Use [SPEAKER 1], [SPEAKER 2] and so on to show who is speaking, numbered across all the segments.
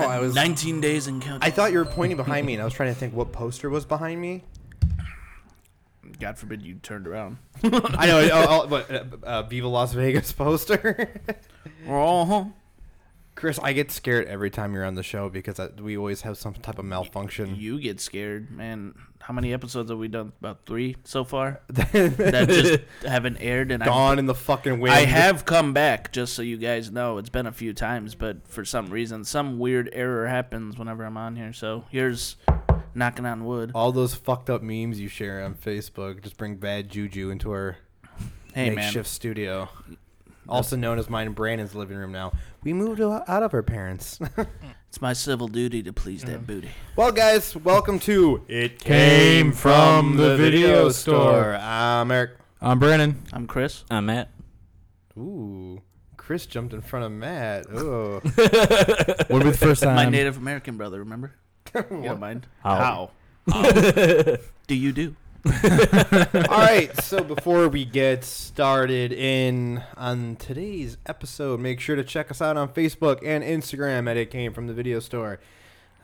[SPEAKER 1] 19 days in counting.
[SPEAKER 2] I thought you were pointing behind me, and I was trying to think what poster was behind me.
[SPEAKER 1] God forbid you turned around.
[SPEAKER 2] I know, I'll, I'll, but, uh, uh, Viva Las Vegas poster.
[SPEAKER 1] Uh-huh.
[SPEAKER 2] Chris, I get scared every time you're on the show because I, we always have some type of malfunction.
[SPEAKER 1] You get scared, man. How many episodes have we done? About three so far that just haven't aired. And I,
[SPEAKER 2] Gone in the fucking wind.
[SPEAKER 1] I have come back, just so you guys know. It's been a few times, but for some reason, some weird error happens whenever I'm on here. So here's knocking on wood.
[SPEAKER 2] all those fucked up memes you share on Facebook. Just bring bad juju into our
[SPEAKER 1] Hey, man.
[SPEAKER 2] makeshift studio, also known as mine and Brandon's living room. Now we moved o- out of our parents.
[SPEAKER 1] It's my civil duty to please
[SPEAKER 2] Mm.
[SPEAKER 1] that booty.
[SPEAKER 2] well, guys, welcome to it
[SPEAKER 3] Came From the Video Store.
[SPEAKER 2] I'm Eric.
[SPEAKER 3] I'm Brennan.
[SPEAKER 1] I'm Chris.
[SPEAKER 3] I'm Matt.
[SPEAKER 2] Ooh, Chris jumped in front of Matt. Oh,
[SPEAKER 3] What would be the first time?
[SPEAKER 1] my Native American brother, remember? You don't mind?
[SPEAKER 3] How?
[SPEAKER 1] How? do you do?
[SPEAKER 2] All right, so before we get started in on today's episode, make sure to check us out on Facebook and Instagram at It Came From The Video Store.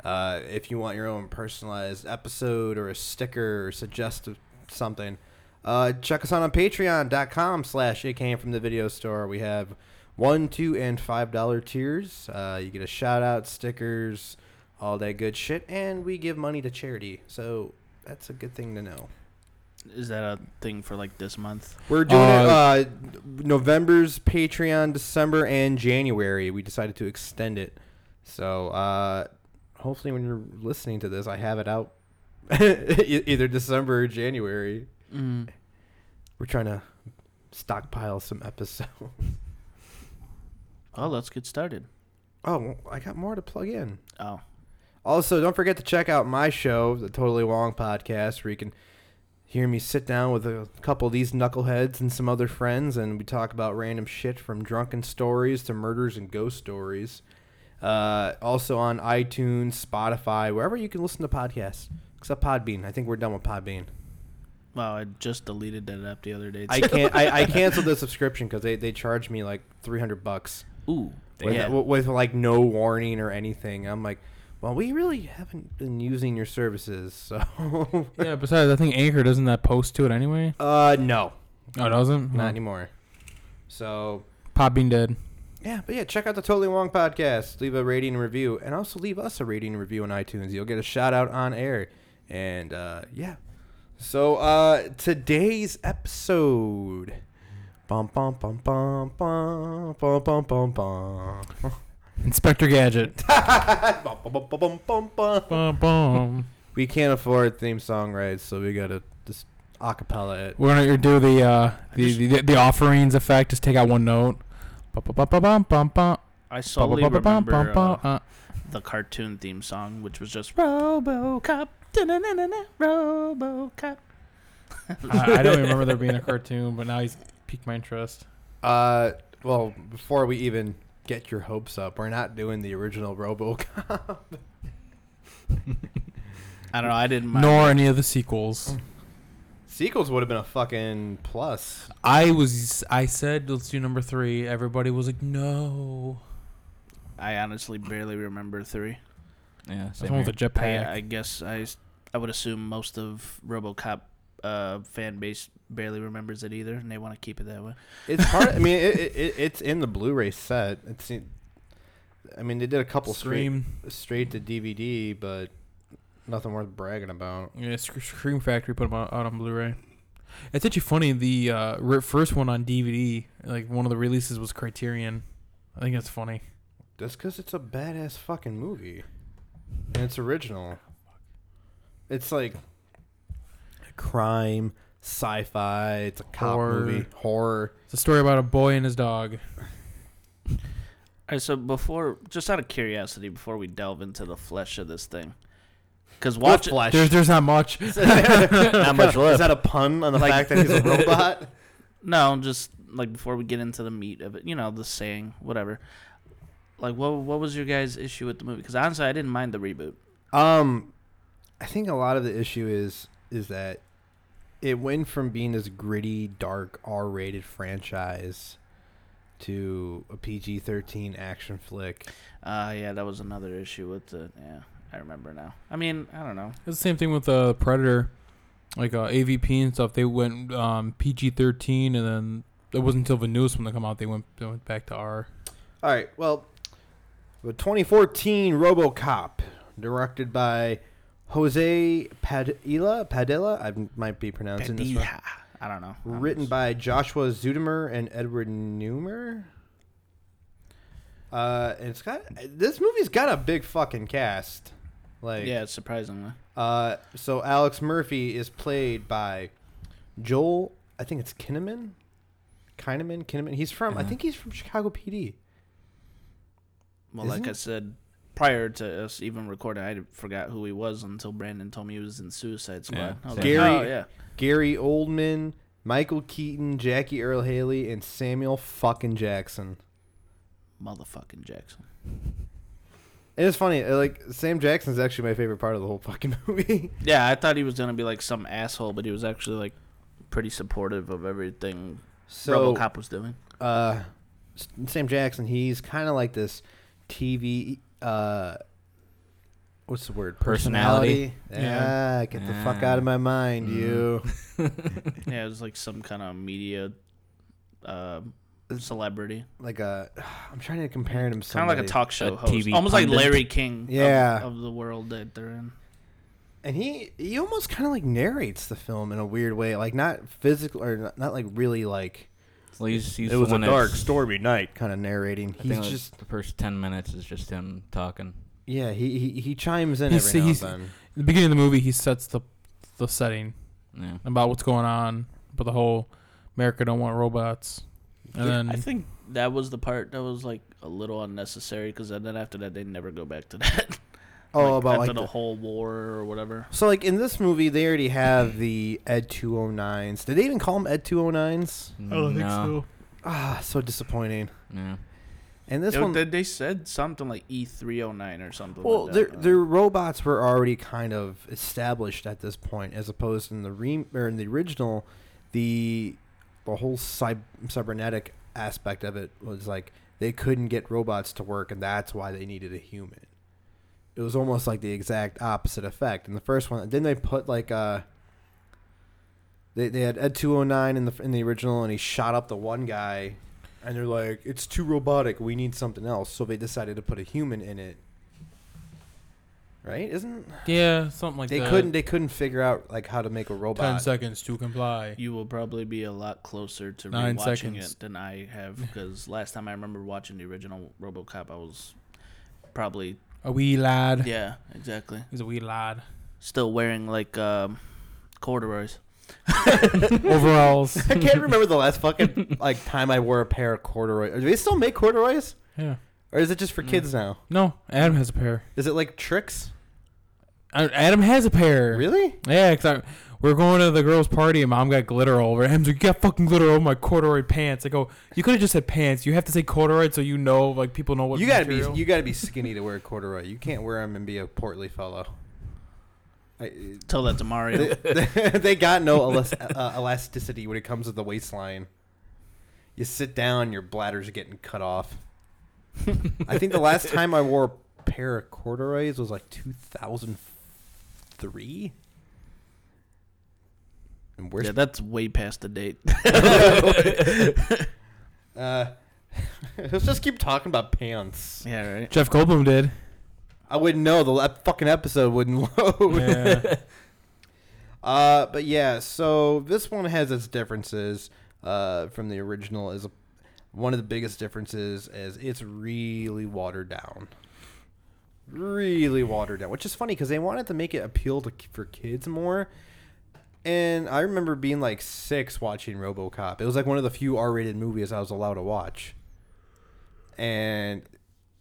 [SPEAKER 2] Uh, if you want your own personalized episode or a sticker or suggest something, uh, check us out on patreon.com slash It Came From The Video Store. We have one, two, and five dollar tiers. Uh, you get a shout out, stickers, all that good shit, and we give money to charity. So that's a good thing to know.
[SPEAKER 1] Is that a thing for like this month?
[SPEAKER 2] We're doing
[SPEAKER 3] Uh,
[SPEAKER 2] it uh, November's Patreon, December and January. We decided to extend it, so uh, hopefully when you're listening to this, I have it out e- either December or January.
[SPEAKER 1] Mm.
[SPEAKER 2] We're trying to stockpile some episodes.
[SPEAKER 1] Oh, let's get started.
[SPEAKER 2] Oh, well, I got more to plug in.
[SPEAKER 1] Oh,
[SPEAKER 2] Also, don't forget to check out my show, the Totally Wong podcast, where you can hear me sit down with a couple of these knuckleheads and some other friends, and we talk about random shit from drunken stories to murders and ghost stories. Uh, also on iTunes, Spotify, wherever you can listen to podcasts, except Podbean. I think we're done with Podbean.
[SPEAKER 1] wow! I just deleted that app the other day.
[SPEAKER 2] I can't. I, I canceled the subscription because they, they charged me like three hundred bucks
[SPEAKER 1] Ooh,
[SPEAKER 2] with,
[SPEAKER 1] yeah.
[SPEAKER 2] with, like no warning or anything. I'm like, well, we really haven't been using your services, so
[SPEAKER 3] Yeah. Besides, I think Anchor doesn't that post to it anyway.
[SPEAKER 2] uh, no,
[SPEAKER 3] Oh, it doesn't.
[SPEAKER 2] not
[SPEAKER 3] No.
[SPEAKER 2] anymore. So
[SPEAKER 3] Pop being dead.
[SPEAKER 2] yeah, but yeah, check out the Totally Wong podcast. Leave a rating and review, and also leave us a rating and review on iTunes. You'll get a shout out on air, and uh, yeah. So uh, today's episode. Bum bum bum bum bum bum bum bum bum.
[SPEAKER 3] Inspector Gadget.
[SPEAKER 2] Bum, bum, bum, bum, bum, bum, bum.
[SPEAKER 3] bum, bum.
[SPEAKER 2] We can't afford theme song rights, so we gotta just acapella it.
[SPEAKER 3] We're gonna do the uh, the,
[SPEAKER 1] just-
[SPEAKER 3] the the offerings effect. Just take out one note. Bum, bum, bum, bum, bum, bum, bum,
[SPEAKER 1] I
[SPEAKER 3] bum,
[SPEAKER 1] solely
[SPEAKER 3] bum, bum, bum,
[SPEAKER 1] remember
[SPEAKER 3] bum, bum,
[SPEAKER 1] uh,
[SPEAKER 3] uh.
[SPEAKER 1] the cartoon theme song, which was just RoboCop, da-na-na-na-na, RoboCop.
[SPEAKER 3] I I don't even remember there being a cartoon, but now he's piqued my interest.
[SPEAKER 2] Uh, well, before we even get your hopes up, we're not doing the original RoboCop.
[SPEAKER 1] I don't know. I didn't mind.
[SPEAKER 3] Nor any of the sequels.
[SPEAKER 2] Sequels would have been a fucking plus.
[SPEAKER 3] I was I said let's do number three. Everybody was like no.
[SPEAKER 1] I honestly barely remember three.
[SPEAKER 4] Yeah,
[SPEAKER 3] That's
[SPEAKER 4] same
[SPEAKER 3] one with the
[SPEAKER 4] here.
[SPEAKER 3] jetpack.
[SPEAKER 1] I, I guess I, s- I would assume most of RoboCop uh, fan base barely remembers it either, and they want to keep it that way.
[SPEAKER 2] It's hard. I mean, it, it, it, it's in the Blu-ray set. It's. In, I mean, they did a couple straight
[SPEAKER 3] Scream.
[SPEAKER 2] straight to DVD, but nothing worth bragging about.
[SPEAKER 3] Yeah, Sc- Scream Factory put them out, out on Blu-ray. It's actually funny. The uh, ri first one on DVD, like one of the releases was Criterion. I think that's funny.
[SPEAKER 2] That's because it's a badass fucking movie, and it's original. It's like crime, sci-fi. It's a cop
[SPEAKER 3] Horror.
[SPEAKER 2] movie, horror.
[SPEAKER 3] It's a story about a boy and his dog.
[SPEAKER 1] All right, so before, just out of curiosity, before we delve into the flesh of this thing, because watch it,
[SPEAKER 2] flesh.
[SPEAKER 3] There's there's not much.
[SPEAKER 2] Not
[SPEAKER 4] much
[SPEAKER 2] Is
[SPEAKER 4] left.
[SPEAKER 2] that a pun on the
[SPEAKER 1] Like-
[SPEAKER 2] fact that he's a robot?
[SPEAKER 1] no, just like before we get into the meat of it, you know, the saying, whatever. Like, what what was your guys' issue with the movie? Because honestly, I didn't mind the reboot.
[SPEAKER 2] Um, I think a lot of the issue is is that it went from being this gritty, dark, R-rated franchise to a PG 13 action flick.
[SPEAKER 1] Uh, yeah, that was another issue with the. Yeah, I remember now. I mean, I don't know.
[SPEAKER 3] It's the same thing with uh, Predator, like uh, AVP and stuff. They went um, PG thirteen, and then it wasn't until the newest one that come out they went they went back to R.
[SPEAKER 2] All right, well, the 2014 RoboCop, directed by Jose Padilla. Padilla, I might be pronouncing this wrong.
[SPEAKER 1] Padilla. I don't know. I'm
[SPEAKER 2] Written
[SPEAKER 1] just-
[SPEAKER 2] by Joshua Zudimer and Edward Newmer. Uh, and it's got this movie's got a big fucking cast. Like,
[SPEAKER 1] yeah, surprisingly.
[SPEAKER 2] Uh, so Alex Murphy is played by Joel. I think it's Kinnaman. Kinnaman, Kinnaman. He's from. I
[SPEAKER 3] Yeah.
[SPEAKER 2] think he's from Chicago PD.
[SPEAKER 1] Well,
[SPEAKER 2] Isn't
[SPEAKER 1] like I
[SPEAKER 2] it?
[SPEAKER 1] said, prior to us even recording, I forgot who he was until Brandon told me he was in Suicide Squad.
[SPEAKER 3] Yeah,
[SPEAKER 1] I was
[SPEAKER 3] same.
[SPEAKER 2] Gary-
[SPEAKER 1] Like, oh yeah.
[SPEAKER 2] Gary Oldman, Michael Keaton, Jackie Earl Haley, and Samuel fucking Jackson.
[SPEAKER 1] Motherfucking Jackson.
[SPEAKER 2] And it's funny. uh, Like Sam Jackson's actually my favorite part of the whole fucking movie.
[SPEAKER 1] Yeah, I thought he was gonna be like some asshole, but he was actually like pretty supportive of everything
[SPEAKER 2] So
[SPEAKER 1] RoboCop was doing.
[SPEAKER 2] uh, S- Sam Jackson, he's kind of like this TV. Uh, what's the word?
[SPEAKER 3] Personality.
[SPEAKER 2] Yeah,
[SPEAKER 3] Yeah.
[SPEAKER 2] get the fuck out of my mind, you.
[SPEAKER 1] Yeah, it was like some kind of media uh, celebrity,
[SPEAKER 2] Like a, I'm trying to compare him to
[SPEAKER 1] kind of
[SPEAKER 2] somebody.
[SPEAKER 1] like a talk show
[SPEAKER 4] A
[SPEAKER 1] host,
[SPEAKER 4] TV
[SPEAKER 1] almost like
[SPEAKER 4] pundit.
[SPEAKER 1] Larry King. of-
[SPEAKER 2] Yeah.
[SPEAKER 1] Of, the world that they're in.
[SPEAKER 2] and he he almost kind of like narrates the film in a weird way, like not physical or not, not like really like.
[SPEAKER 4] So he's, he's
[SPEAKER 2] it was
[SPEAKER 4] the
[SPEAKER 2] a
[SPEAKER 4] one
[SPEAKER 2] dark,
[SPEAKER 4] that's-
[SPEAKER 2] stormy night. Kind of narrating.
[SPEAKER 4] I
[SPEAKER 2] He's
[SPEAKER 4] think
[SPEAKER 2] just
[SPEAKER 4] just the first ten minutes is just him talking.
[SPEAKER 2] yeah. He he, he chimes in
[SPEAKER 3] He's-
[SPEAKER 2] every now
[SPEAKER 3] he's-
[SPEAKER 2] and then.
[SPEAKER 3] At the beginning of the movie, he sets the the setting
[SPEAKER 4] Yeah.
[SPEAKER 3] about what's going on, but the whole America don't want robots, and then
[SPEAKER 1] I think that was the part that was like a little unnecessary because then after that they never go back to that.
[SPEAKER 2] Oh, about
[SPEAKER 1] after
[SPEAKER 2] like
[SPEAKER 1] the,
[SPEAKER 2] the-
[SPEAKER 1] whole war or whatever.
[SPEAKER 2] So like in this movie, they already have the Ed 209s. Did they even call them Ed 209s?
[SPEAKER 4] No.
[SPEAKER 2] Ah, so disappointing.
[SPEAKER 4] Yeah.
[SPEAKER 2] And this
[SPEAKER 1] They,
[SPEAKER 2] one,
[SPEAKER 1] they- they said something like E three oh nine or something.
[SPEAKER 2] well,
[SPEAKER 1] like
[SPEAKER 2] their
[SPEAKER 1] that. uh,
[SPEAKER 2] their robots were already kind of established at this point, as opposed in the re- or in the original, the the whole cy- cybernetic aspect of it was like they couldn't get robots to work, and that's why they needed a human. It was almost like the exact opposite effect. In the first one, then they put like a. They, they had Ed 209 in the in the original, and he shot up the one guy, and they're like, "It's too robotic. We need something else." So they decided to put a human in it. Right? Isn't
[SPEAKER 3] yeah, something like
[SPEAKER 2] they
[SPEAKER 3] that.
[SPEAKER 2] couldn't they couldn't figure out like how to make a
[SPEAKER 3] ten
[SPEAKER 2] robot.
[SPEAKER 3] seconds to comply.
[SPEAKER 1] you will probably be a lot closer to
[SPEAKER 3] Nine
[SPEAKER 1] rewatching
[SPEAKER 3] seconds.
[SPEAKER 1] it than I have because last time I remember watching the original RoboCop, I was probably
[SPEAKER 3] A wee lad.
[SPEAKER 1] yeah, exactly.
[SPEAKER 3] He's a wee lad.
[SPEAKER 1] Still wearing like um, corduroys.
[SPEAKER 3] Overalls.
[SPEAKER 2] I can't remember the last fucking like time I wore a pair of corduroys. Do they still make corduroys?
[SPEAKER 3] yeah.
[SPEAKER 2] Or is it just for
[SPEAKER 3] Mm.
[SPEAKER 2] kids now?
[SPEAKER 3] No, Adam has a pair.
[SPEAKER 2] Is it like tricks?
[SPEAKER 3] Uh, Adam has a pair.
[SPEAKER 2] Really?
[SPEAKER 3] Yeah, 'cause I, we're going to the girls' party and mom got glitter all over. it. Adam's like, you got fucking glitter over my corduroy pants. I go, you could have just said pants. You have to say corduroy so you know, like people know what.
[SPEAKER 2] you gotta
[SPEAKER 3] material."
[SPEAKER 2] be you gotta be skinny to wear a corduroy. You can't wear them and be a portly fellow. I,
[SPEAKER 1] Tell that to Mario.
[SPEAKER 2] they got no elas- uh, elasticity when it comes to the waistline. You sit down, your bladder's getting cut off. I think the last time I wore a pair of corduroys was like 2003. And where's
[SPEAKER 1] yeah, that's way past the date.
[SPEAKER 2] uh, let's just keep talking about pants.
[SPEAKER 1] yeah, right.
[SPEAKER 3] Jeff Goldblum did.
[SPEAKER 2] I wouldn't know. The le- fucking episode wouldn't load.
[SPEAKER 3] Yeah.
[SPEAKER 2] Uh, but yeah, so this one has its differences uh, from the original. Is one of the biggest differences is it's really watered down, really watered down. Which is funny because they wanted to make it appeal to for kids more. And I remember being like six watching RoboCop. It was like one of the few R-rated movies I was allowed to watch. And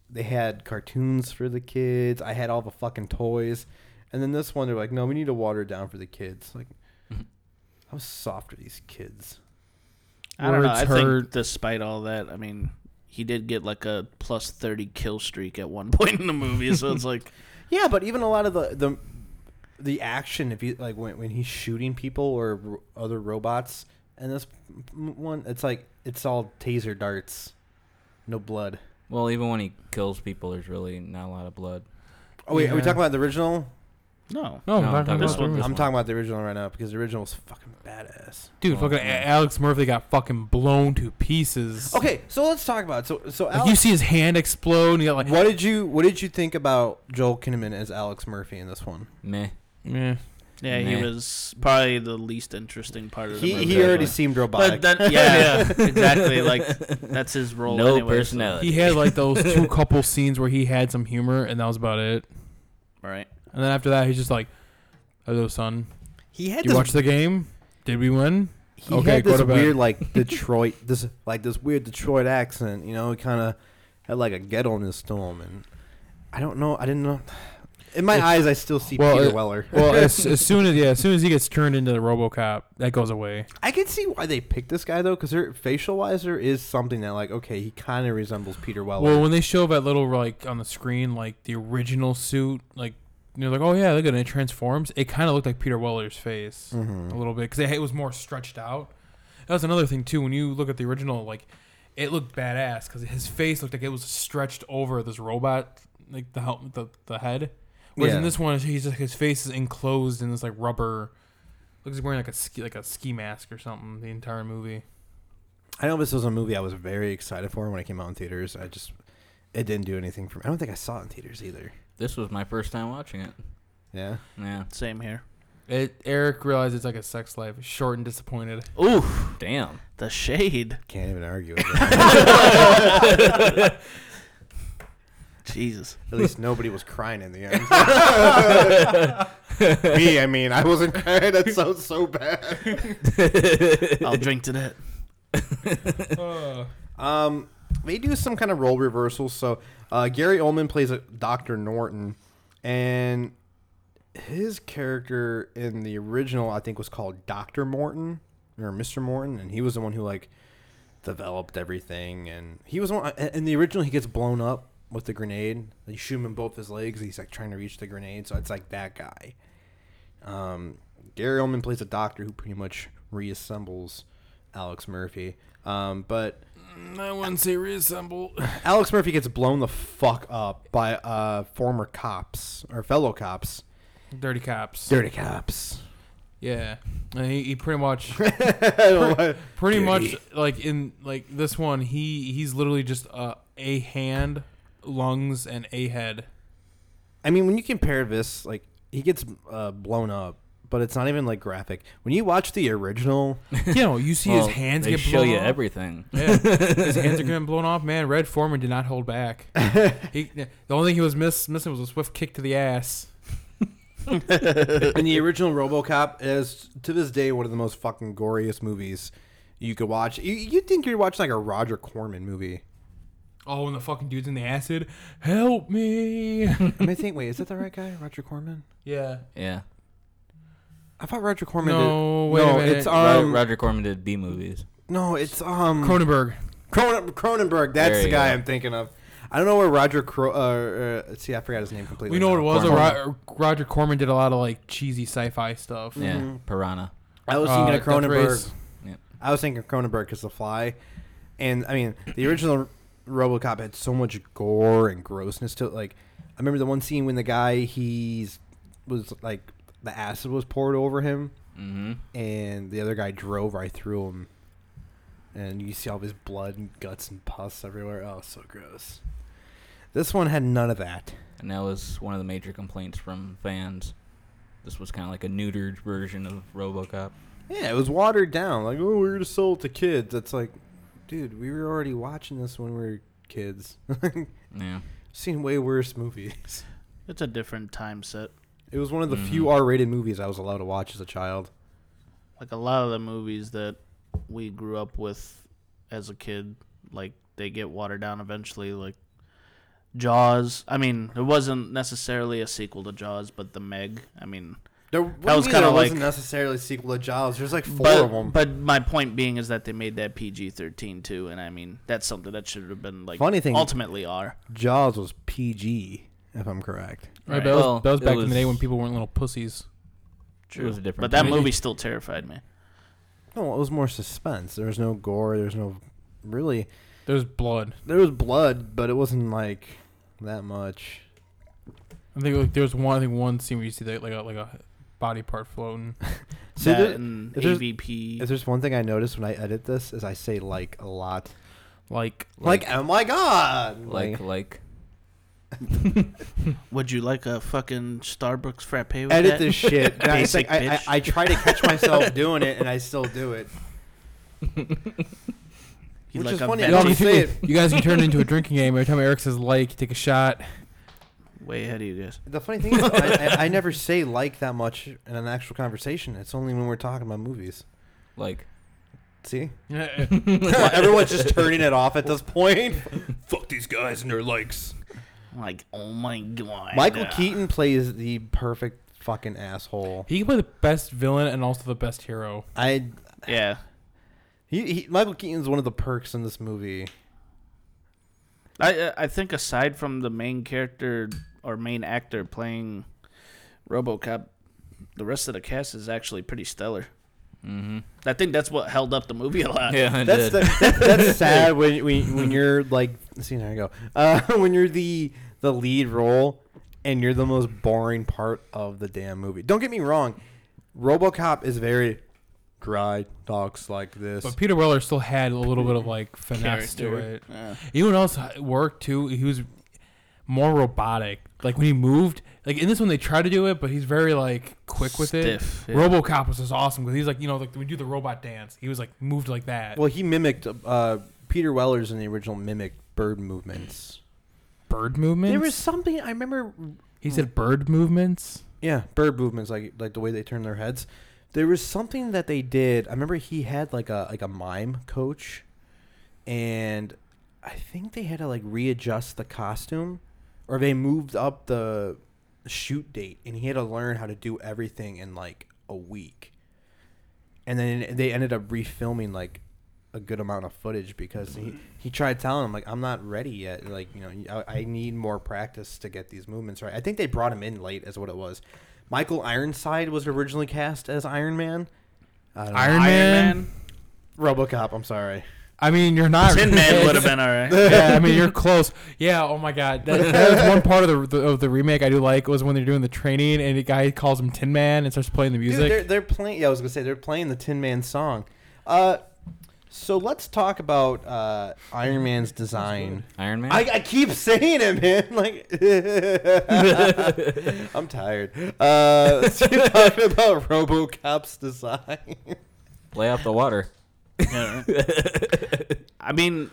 [SPEAKER 2] they had cartoons for the kids. I had all the fucking toys. And then this one, they're like, no, we need to water it down for the kids. Like, how soft are these kids?
[SPEAKER 1] I don't know.
[SPEAKER 3] Words
[SPEAKER 1] I
[SPEAKER 3] hurt.
[SPEAKER 1] think despite all that, I mean, he did get like a plus thirty kill streak at one point in the movie, so it's like
[SPEAKER 2] Yeah, but even a lot of the the, the action, if you like, when, when he's shooting people or ro- other robots, and this m- one, it's like it's all taser darts. No blood.
[SPEAKER 4] Well, even when he kills people, there's really not a lot of blood.
[SPEAKER 2] Oh wait, are we
[SPEAKER 3] Yeah.
[SPEAKER 2] talking about the original?
[SPEAKER 1] No.
[SPEAKER 3] No,
[SPEAKER 4] No,
[SPEAKER 3] not, not-
[SPEAKER 4] I'm
[SPEAKER 1] talking about
[SPEAKER 3] not-
[SPEAKER 1] this
[SPEAKER 2] I'm talking about the original right now because the original was fucking badass.
[SPEAKER 3] Dude, fucking
[SPEAKER 4] Oh,
[SPEAKER 3] A- Alex Murphy got fucking blown to pieces.
[SPEAKER 2] Okay, so let's talk about it. so so
[SPEAKER 3] Like you
[SPEAKER 2] Alex,
[SPEAKER 3] see his hand explode, and you got like,
[SPEAKER 2] what did you what did you think about Joel Kinnaman as Alex Murphy in this one?
[SPEAKER 4] Meh.
[SPEAKER 3] meh.
[SPEAKER 1] Yeah, he
[SPEAKER 4] Nah. was
[SPEAKER 1] was probably the least interesting part of the
[SPEAKER 2] He
[SPEAKER 1] movie.
[SPEAKER 2] he already
[SPEAKER 1] but-
[SPEAKER 2] seemed
[SPEAKER 1] But
[SPEAKER 2] robotic.
[SPEAKER 1] then, yeah, exactly. Like that's his role.
[SPEAKER 4] No
[SPEAKER 1] anyway, so-
[SPEAKER 4] personality.
[SPEAKER 3] he had like those two couple scenes where he had some humor, and that was about it.
[SPEAKER 1] Right.
[SPEAKER 3] And then after that, he's just like, "Hello, son.
[SPEAKER 2] he had
[SPEAKER 3] Did you watch the game? Did we win?"
[SPEAKER 2] he
[SPEAKER 3] Okay,
[SPEAKER 2] had this
[SPEAKER 3] quarterback.
[SPEAKER 2] weird like Detroit this like this weird Detroit accent, you know, he kinda had like a ghetto in his storm and I don't know I didn't know in my
[SPEAKER 3] It's-
[SPEAKER 2] eyes I still see
[SPEAKER 3] well,
[SPEAKER 2] Peter
[SPEAKER 3] it-
[SPEAKER 2] Weller.
[SPEAKER 3] Well, as, as soon as yeah, as soon as he gets turned into the RoboCop, that goes away.
[SPEAKER 2] I can see why they picked this guy though, because facial wise there is something that like okay, he kinda resembles Peter Weller.
[SPEAKER 3] Well, when they show that little like on the screen, like the original suit, like you're like, "Oh yeah, look at it, it transforms." It kind of looked like Peter Weller's face
[SPEAKER 2] Mhm.
[SPEAKER 3] a little bit because it, it was more stretched out. That was another thing too. When you look at the original, like it looked badass because his face looked like it was stretched over this robot, like the help, the the head. Whereas in
[SPEAKER 2] Yeah.
[SPEAKER 3] this one, he's like his face is enclosed in this like rubber. Looks like he's wearing like a ski like a ski mask or something. The entire movie.
[SPEAKER 2] I know this was a movie I was very excited for when it came out in theaters. I just it didn't do anything for me. I don't think I saw it in theaters either.
[SPEAKER 4] this was my first time watching it.
[SPEAKER 2] Yeah.
[SPEAKER 4] Yeah.
[SPEAKER 1] Same here.
[SPEAKER 3] It, Eric realized it's like a sex life. Short and disappointed.
[SPEAKER 1] Ooh,
[SPEAKER 4] Damn.
[SPEAKER 1] the shade.
[SPEAKER 2] Can't even argue with that.
[SPEAKER 1] Jesus.
[SPEAKER 2] At least nobody was crying in the end. Me, I mean, I wasn't crying. That sounds so bad.
[SPEAKER 1] I'll drink to that.
[SPEAKER 3] Uh,
[SPEAKER 2] Um, they do some kind of role reversal. So uh, Gary Oldman plays a Doctor Norton, and his character in the original, I think, was called Doctor Morton or Mister Morton, and he was the one who like developed everything. And he was the one in the original. He gets blown up with the grenade. They shoot him in both his legs. He's like trying to reach the grenade, so it's like that guy. Um, Gary Oldman plays a doctor who pretty much reassembles Alex Murphy. Um, but
[SPEAKER 3] I wouldn't say reassemble.
[SPEAKER 2] Alex Murphy gets blown the fuck up by uh, former cops or fellow cops,
[SPEAKER 3] Dirty cops.
[SPEAKER 2] dirty cops.
[SPEAKER 3] Yeah, and he, he pretty much,
[SPEAKER 2] I Dirty.
[SPEAKER 3] pretty much like in like this one, he he's literally just uh, a hand, lungs, and a head.
[SPEAKER 2] mean, when you compare this, like he gets uh, blown up, but it's not even like graphic. When you watch the original,
[SPEAKER 3] You know, you see
[SPEAKER 4] Well,
[SPEAKER 3] his hands
[SPEAKER 4] they
[SPEAKER 3] get
[SPEAKER 4] show
[SPEAKER 3] blown
[SPEAKER 4] you
[SPEAKER 3] off.
[SPEAKER 4] everything.
[SPEAKER 3] yeah, his hands are getting blown off. Man, Red Foreman did not hold back. He, the only thing he was miss, missing was a swift kick to the ass.
[SPEAKER 2] in the original RoboCop, is to this day one of the most fucking goriest movies you could watch. You you think you're watching like a Roger Corman movie?
[SPEAKER 3] Oh, and the fucking dude's in the acid. Help me.
[SPEAKER 2] I mean, think, wait, is that the right guy, Roger Corman?
[SPEAKER 3] yeah.
[SPEAKER 4] Yeah.
[SPEAKER 2] I thought Roger Corman.
[SPEAKER 3] No,
[SPEAKER 2] did,
[SPEAKER 3] wait
[SPEAKER 2] no,
[SPEAKER 3] a minute.
[SPEAKER 2] it's
[SPEAKER 4] Ro-
[SPEAKER 2] um,
[SPEAKER 4] Roger Corman did B movies.
[SPEAKER 2] no, it's um.
[SPEAKER 3] Cronenberg.
[SPEAKER 2] Cronen- Cronenberg. That's
[SPEAKER 4] There
[SPEAKER 2] the
[SPEAKER 4] you
[SPEAKER 2] guy
[SPEAKER 4] go.
[SPEAKER 2] I'm thinking of. I don't know where Roger Cro. Uh, uh, see, I forgot his name completely.
[SPEAKER 3] We know what it
[SPEAKER 2] now.
[SPEAKER 3] was.
[SPEAKER 2] Corman.
[SPEAKER 3] Ro- Roger Corman did a lot of like cheesy sci-fi stuff.
[SPEAKER 4] Yeah.
[SPEAKER 2] Mhm.
[SPEAKER 4] Piranha.
[SPEAKER 2] I was thinking
[SPEAKER 3] Uh,
[SPEAKER 2] of
[SPEAKER 3] Death
[SPEAKER 2] Cronenberg.
[SPEAKER 3] Race.
[SPEAKER 2] I was thinking of Cronenberg because The Fly, and I mean the original RoboCop had so much gore and grossness to it. Like I remember the one scene when the guy he's was like the acid was poured over him,
[SPEAKER 4] Mm-hmm.
[SPEAKER 2] and the other guy drove right through him, and you see all his blood and guts and pus everywhere. Oh, so gross. This one had none of that.
[SPEAKER 4] And that was one of the major complaints from fans. This was kind of like a neutered version of RoboCop.
[SPEAKER 2] Yeah, it was watered down. Like, oh, we're gonna sell it to kids. That's like, dude, we were already watching this when we were kids.
[SPEAKER 4] Yeah.
[SPEAKER 2] Seen way worse movies.
[SPEAKER 1] It's a different time set.
[SPEAKER 2] It was one of the
[SPEAKER 4] Mhm.
[SPEAKER 2] few R-rated movies I was allowed to watch as a child.
[SPEAKER 1] Like a lot of the movies that we grew up with as a kid, like they get watered down eventually. Like Jaws. I mean, it wasn't necessarily a sequel to Jaws, but The Meg. I mean,
[SPEAKER 2] There, what
[SPEAKER 1] That
[SPEAKER 2] do
[SPEAKER 1] was
[SPEAKER 2] you mean
[SPEAKER 1] kinda
[SPEAKER 2] there
[SPEAKER 1] like-
[SPEAKER 2] wasn't necessarily a sequel to Jaws. There's like four
[SPEAKER 1] but,
[SPEAKER 2] of them.
[SPEAKER 1] but my point being is that they made that PG thirteen too, and I mean that's something that should have been like
[SPEAKER 2] Funny thing-
[SPEAKER 1] ultimately R.
[SPEAKER 2] Jaws was PG, if I'm correct.
[SPEAKER 3] Right,
[SPEAKER 1] Right.
[SPEAKER 3] That was,
[SPEAKER 4] Well,
[SPEAKER 3] that was
[SPEAKER 4] it
[SPEAKER 3] back in the day
[SPEAKER 4] was-
[SPEAKER 3] when people weren't little pussies.
[SPEAKER 4] It was a different.
[SPEAKER 1] But that
[SPEAKER 4] time.
[SPEAKER 1] movie still terrified me.
[SPEAKER 2] No, it was more suspense. There was no gore. There was no really.
[SPEAKER 3] There's blood.
[SPEAKER 2] There was blood, but it wasn't like that much.
[SPEAKER 3] I think like there's one. I think one scene where you see that like a, like a body part floating.
[SPEAKER 2] See,
[SPEAKER 1] that
[SPEAKER 2] there-
[SPEAKER 1] and
[SPEAKER 2] if there's-
[SPEAKER 1] AVP.
[SPEAKER 2] if there's one thing I notice when I edit this is I say like a lot.
[SPEAKER 3] Like
[SPEAKER 2] Like, oh my god!
[SPEAKER 4] like, like.
[SPEAKER 1] Would you like a fucking Starbucks frappe? With
[SPEAKER 2] edit
[SPEAKER 1] that?
[SPEAKER 2] this shit. God, it's
[SPEAKER 1] Basic
[SPEAKER 2] like, I, I,
[SPEAKER 1] bitch.
[SPEAKER 2] I try to catch myself doing it, and I still do it.
[SPEAKER 1] You
[SPEAKER 2] which
[SPEAKER 1] like
[SPEAKER 2] is
[SPEAKER 1] a
[SPEAKER 2] funny, I
[SPEAKER 1] venti-
[SPEAKER 2] don't
[SPEAKER 3] you,
[SPEAKER 2] say it.
[SPEAKER 3] you guys can turn it into a drinking game. Every time Eric says like, take a shot.
[SPEAKER 1] Way ahead of you guys.
[SPEAKER 2] The funny thing is, I, I, I never say like that much in an actual conversation. It's only when we're talking about movies.
[SPEAKER 4] Like,
[SPEAKER 2] See,
[SPEAKER 3] That's
[SPEAKER 2] everyone's just turning it off at this point.
[SPEAKER 5] Fuck these guys and their likes.
[SPEAKER 1] Like, oh my god.
[SPEAKER 2] Michael Keaton plays the perfect fucking asshole.
[SPEAKER 3] he can play the best villain and also the best hero.
[SPEAKER 2] I
[SPEAKER 1] Yeah,
[SPEAKER 2] he, he Michael Keaton's one of the perks in this movie.
[SPEAKER 1] I uh, I- I think aside from the main character or main actor playing RoboCop, the rest of the cast is actually pretty stellar.
[SPEAKER 4] mm-hmm.
[SPEAKER 1] I think that's what held up the movie a lot.
[SPEAKER 4] yeah, I
[SPEAKER 2] That's
[SPEAKER 4] did.
[SPEAKER 2] the, that, that's sad when, when when you're like see there I go uh, when you're the the lead role and you're the most boring part of the damn movie. Don't get me wrong, RoboCop is very dry. Talks like this.
[SPEAKER 3] But Peter Weller still had a little bit of like finesse to
[SPEAKER 1] Character.
[SPEAKER 3] it.
[SPEAKER 1] Yeah.
[SPEAKER 3] You know what else worked too? He was more robotic. Like when he moved, like in this one they try to do it, but he's very like quick with
[SPEAKER 1] Stiff,
[SPEAKER 3] it.
[SPEAKER 1] yeah.
[SPEAKER 3] RoboCop was just awesome because he's like you know like we do the robot dance. He was like moved like that.
[SPEAKER 2] Well, he mimicked uh, Peter Weller's in the original mimicked bird movements.
[SPEAKER 3] bird movements.
[SPEAKER 2] There was something I remember.
[SPEAKER 3] he said bird movements.
[SPEAKER 2] Yeah, bird movements, like like the way they turn their heads. There was something that they did. I remember he had like a like a mime coach, and I think they had to like readjust the costume, or they moved up the shoot date, and he had to learn how to do everything in like a week. And then they ended up refilming like a good amount of footage because he, he tried telling him like I'm not ready yet. Like you know I, I need more practice to get these movements right. I think they brought him in late, is what it was. Michael Ironside was originally cast as Iron Man. I don't know.
[SPEAKER 3] Iron, Man.
[SPEAKER 2] RoboCop. I'm sorry.
[SPEAKER 3] I mean, you're not.
[SPEAKER 1] Tin Man would have been all right.
[SPEAKER 3] yeah, I mean, you're close. Yeah. Oh my God, that, that was one part of the, the of the remake I do like was when they're doing the training and the guy calls him Tin Man and starts playing the music.
[SPEAKER 2] Dude, they're, they're playing. Yeah, I was gonna say they're playing the Tin Man song. Uh, so let's talk about uh, Iron Man's design.
[SPEAKER 4] Iron Man.
[SPEAKER 2] I, I keep saying it, man. Like, I'm tired. Uh, let's keep talking about RoboCop's design.
[SPEAKER 4] Lay out the water.
[SPEAKER 1] Yeah, right. I mean,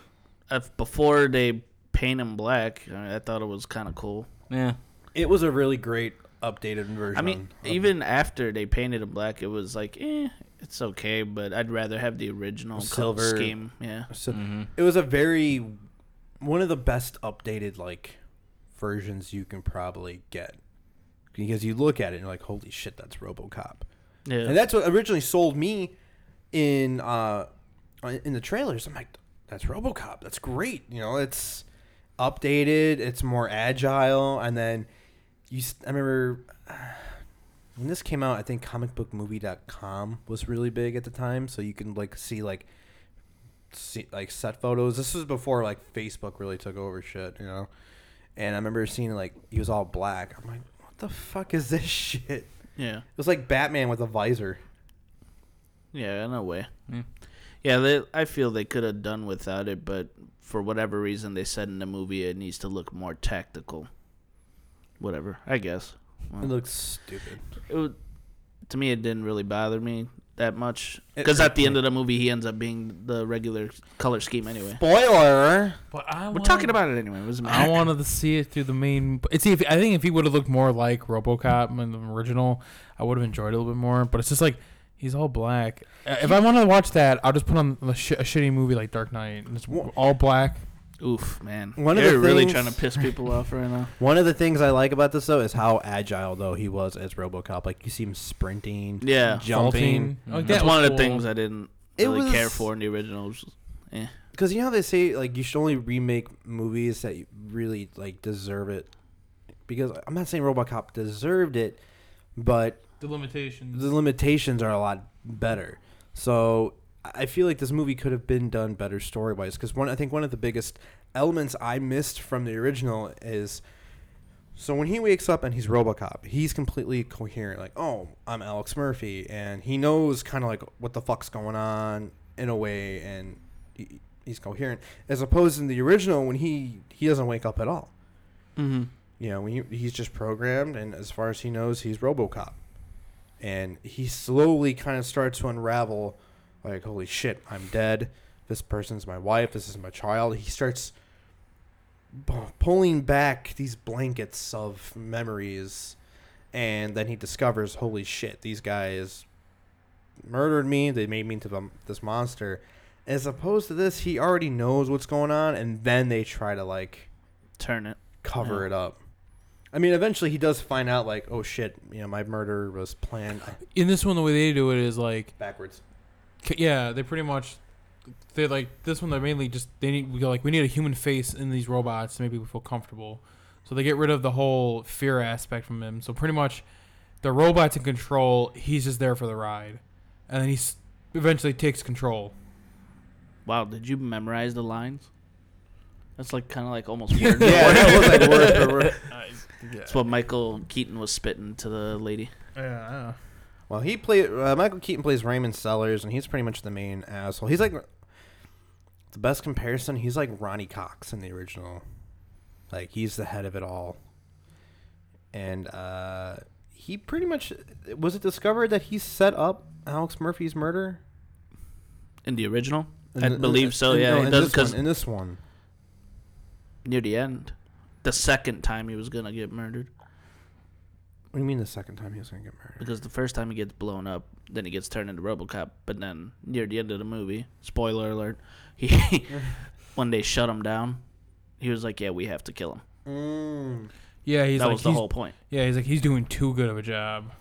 [SPEAKER 1] if before they paint him black, I, I thought it was kind of cool.
[SPEAKER 4] Yeah.
[SPEAKER 2] It was a really great updated version.
[SPEAKER 1] I mean, even after they painted him black, it was like, eh, it's okay, but I'd rather have the original color
[SPEAKER 2] Silver.
[SPEAKER 1] scheme. Yeah.
[SPEAKER 2] So
[SPEAKER 1] Mm-hmm.
[SPEAKER 4] Mhm.
[SPEAKER 2] it was a very one of the best updated like versions you can probably get because you look at it and you're like, holy shit, that's RoboCop,
[SPEAKER 1] Yeah.
[SPEAKER 2] and that's what originally sold me in uh in the trailers. I'm like, that's RoboCop, that's great, you know, it's updated, it's more agile, and then you. s- I remember. uh, When this came out, I think comicbookmovie.com was really big at the time, so you can like see like see, like set photos. This was before like Facebook really took over shit, you know. And I remember seeing like he was all black. I'm like, what the fuck is this shit? It
[SPEAKER 1] yeah.
[SPEAKER 2] was like Batman with a visor.
[SPEAKER 1] Yeah, in a way.
[SPEAKER 4] Yeah.
[SPEAKER 1] Yeah, they, I feel they could have done without it, but for whatever reason, they said in the movie it needs to look more tactical. Whatever, I guess.
[SPEAKER 2] It looks stupid.
[SPEAKER 1] It wa- to me, it didn't really bother me that much
[SPEAKER 2] It-
[SPEAKER 1] because at the end of the movie, he ends up being the regular color scheme anyway.
[SPEAKER 2] Spoiler.
[SPEAKER 3] but I
[SPEAKER 1] We're talking about it anyway. It doesn't
[SPEAKER 3] I
[SPEAKER 1] matter.
[SPEAKER 3] wanted to see it through the main. But see, if, I think if he would have looked more like RoboCop in the original, I would have enjoyed it a little bit more. But it's just like he's all black. Uh, If I want to watch that, I'll just put on a, sh- a shitty movie like Dark Knight. And it's
[SPEAKER 2] Wha-
[SPEAKER 3] all black.
[SPEAKER 1] Oof, man.
[SPEAKER 2] One of
[SPEAKER 1] You're
[SPEAKER 2] the
[SPEAKER 1] really
[SPEAKER 2] things-
[SPEAKER 1] trying to piss people off right now.
[SPEAKER 2] One of the things I like about this though is how agile though he was as RoboCop. Like you see him sprinting,
[SPEAKER 1] Yeah.
[SPEAKER 2] jumping.
[SPEAKER 3] Faulting. Like, that
[SPEAKER 1] Mm-hmm. That's
[SPEAKER 3] was
[SPEAKER 1] one of the
[SPEAKER 3] cool.
[SPEAKER 1] things I didn't
[SPEAKER 2] It
[SPEAKER 1] really care
[SPEAKER 2] was-
[SPEAKER 1] for in the originals.
[SPEAKER 2] Because you know how they say like you should only remake movies that you really like deserve it. Because I'm not saying RoboCop deserved it, but
[SPEAKER 3] The limitations.
[SPEAKER 2] the limitations are a lot better. So I feel like this movie could have been done better story wise because one I think one of the biggest elements I missed from the original is so when he wakes up and he's RoboCop, he's completely coherent. Like, oh, I'm Alex Murphy, and he knows kind of like what the fuck's going on in a way, and he, he's coherent. As opposed in the original, when he he doesn't wake up at all.
[SPEAKER 1] Mm-hmm.
[SPEAKER 2] You know, when he, he's just programmed, and as far as he knows, he's RoboCop, and he slowly kind of starts to unravel. Like, holy shit, I'm dead. This person's my wife. This is my child. He starts p- pulling back these blankets of memories and then he discovers holy shit these guys murdered me they made me into the, this monster as opposed to this he already knows what's going on and then they try to like
[SPEAKER 1] Turn it.
[SPEAKER 2] cover
[SPEAKER 1] Yeah.
[SPEAKER 2] it up i mean eventually he does find out like oh shit you know my murder was planned
[SPEAKER 3] In this one, the way they do it is like,
[SPEAKER 2] backwards
[SPEAKER 3] c- yeah, they pretty much, they like this one. They're mainly just they need we go like we need a human face in these robots to make people feel comfortable. So they get rid of the whole fear aspect from him. So pretty much, the robot's in control. He's just there for the ride, and then he s- eventually takes control.
[SPEAKER 1] Wow, did you memorize the lines? That's like kind of like almost weird.
[SPEAKER 2] yeah that was like word for word
[SPEAKER 1] That's what Michael Keaton was spitting to the lady.
[SPEAKER 3] Yeah.
[SPEAKER 2] Well, he played uh, Michael Keaton plays Raymond Sellers, and he's pretty much the main asshole. He's like the best comparison. He's like Ronnie Cox in the original. Like he's the head of it all, and uh, he pretty much was it discovered that he set up Alex Murphy's murder.
[SPEAKER 1] In the original?
[SPEAKER 2] In
[SPEAKER 1] I
[SPEAKER 2] the-
[SPEAKER 1] believe so,
[SPEAKER 2] in-
[SPEAKER 1] yeah,
[SPEAKER 2] no,
[SPEAKER 1] he
[SPEAKER 2] in
[SPEAKER 1] does,
[SPEAKER 2] this
[SPEAKER 1] 'cause-
[SPEAKER 2] one- in this one,
[SPEAKER 1] Near the end. The second time he was going to get murdered.
[SPEAKER 2] what do you mean the second time he was gonna get murdered?
[SPEAKER 1] Because the first time he gets blown up, then he gets turned into Robocop. But then, near the end of the movie, spoiler alert, he when they shut him down, he was like, yeah, we have to kill him.
[SPEAKER 2] Mm.
[SPEAKER 3] Yeah, he's
[SPEAKER 1] that
[SPEAKER 3] like
[SPEAKER 1] was the
[SPEAKER 3] he's-
[SPEAKER 1] whole point.
[SPEAKER 3] yeah, he's like he's doing too good of a job.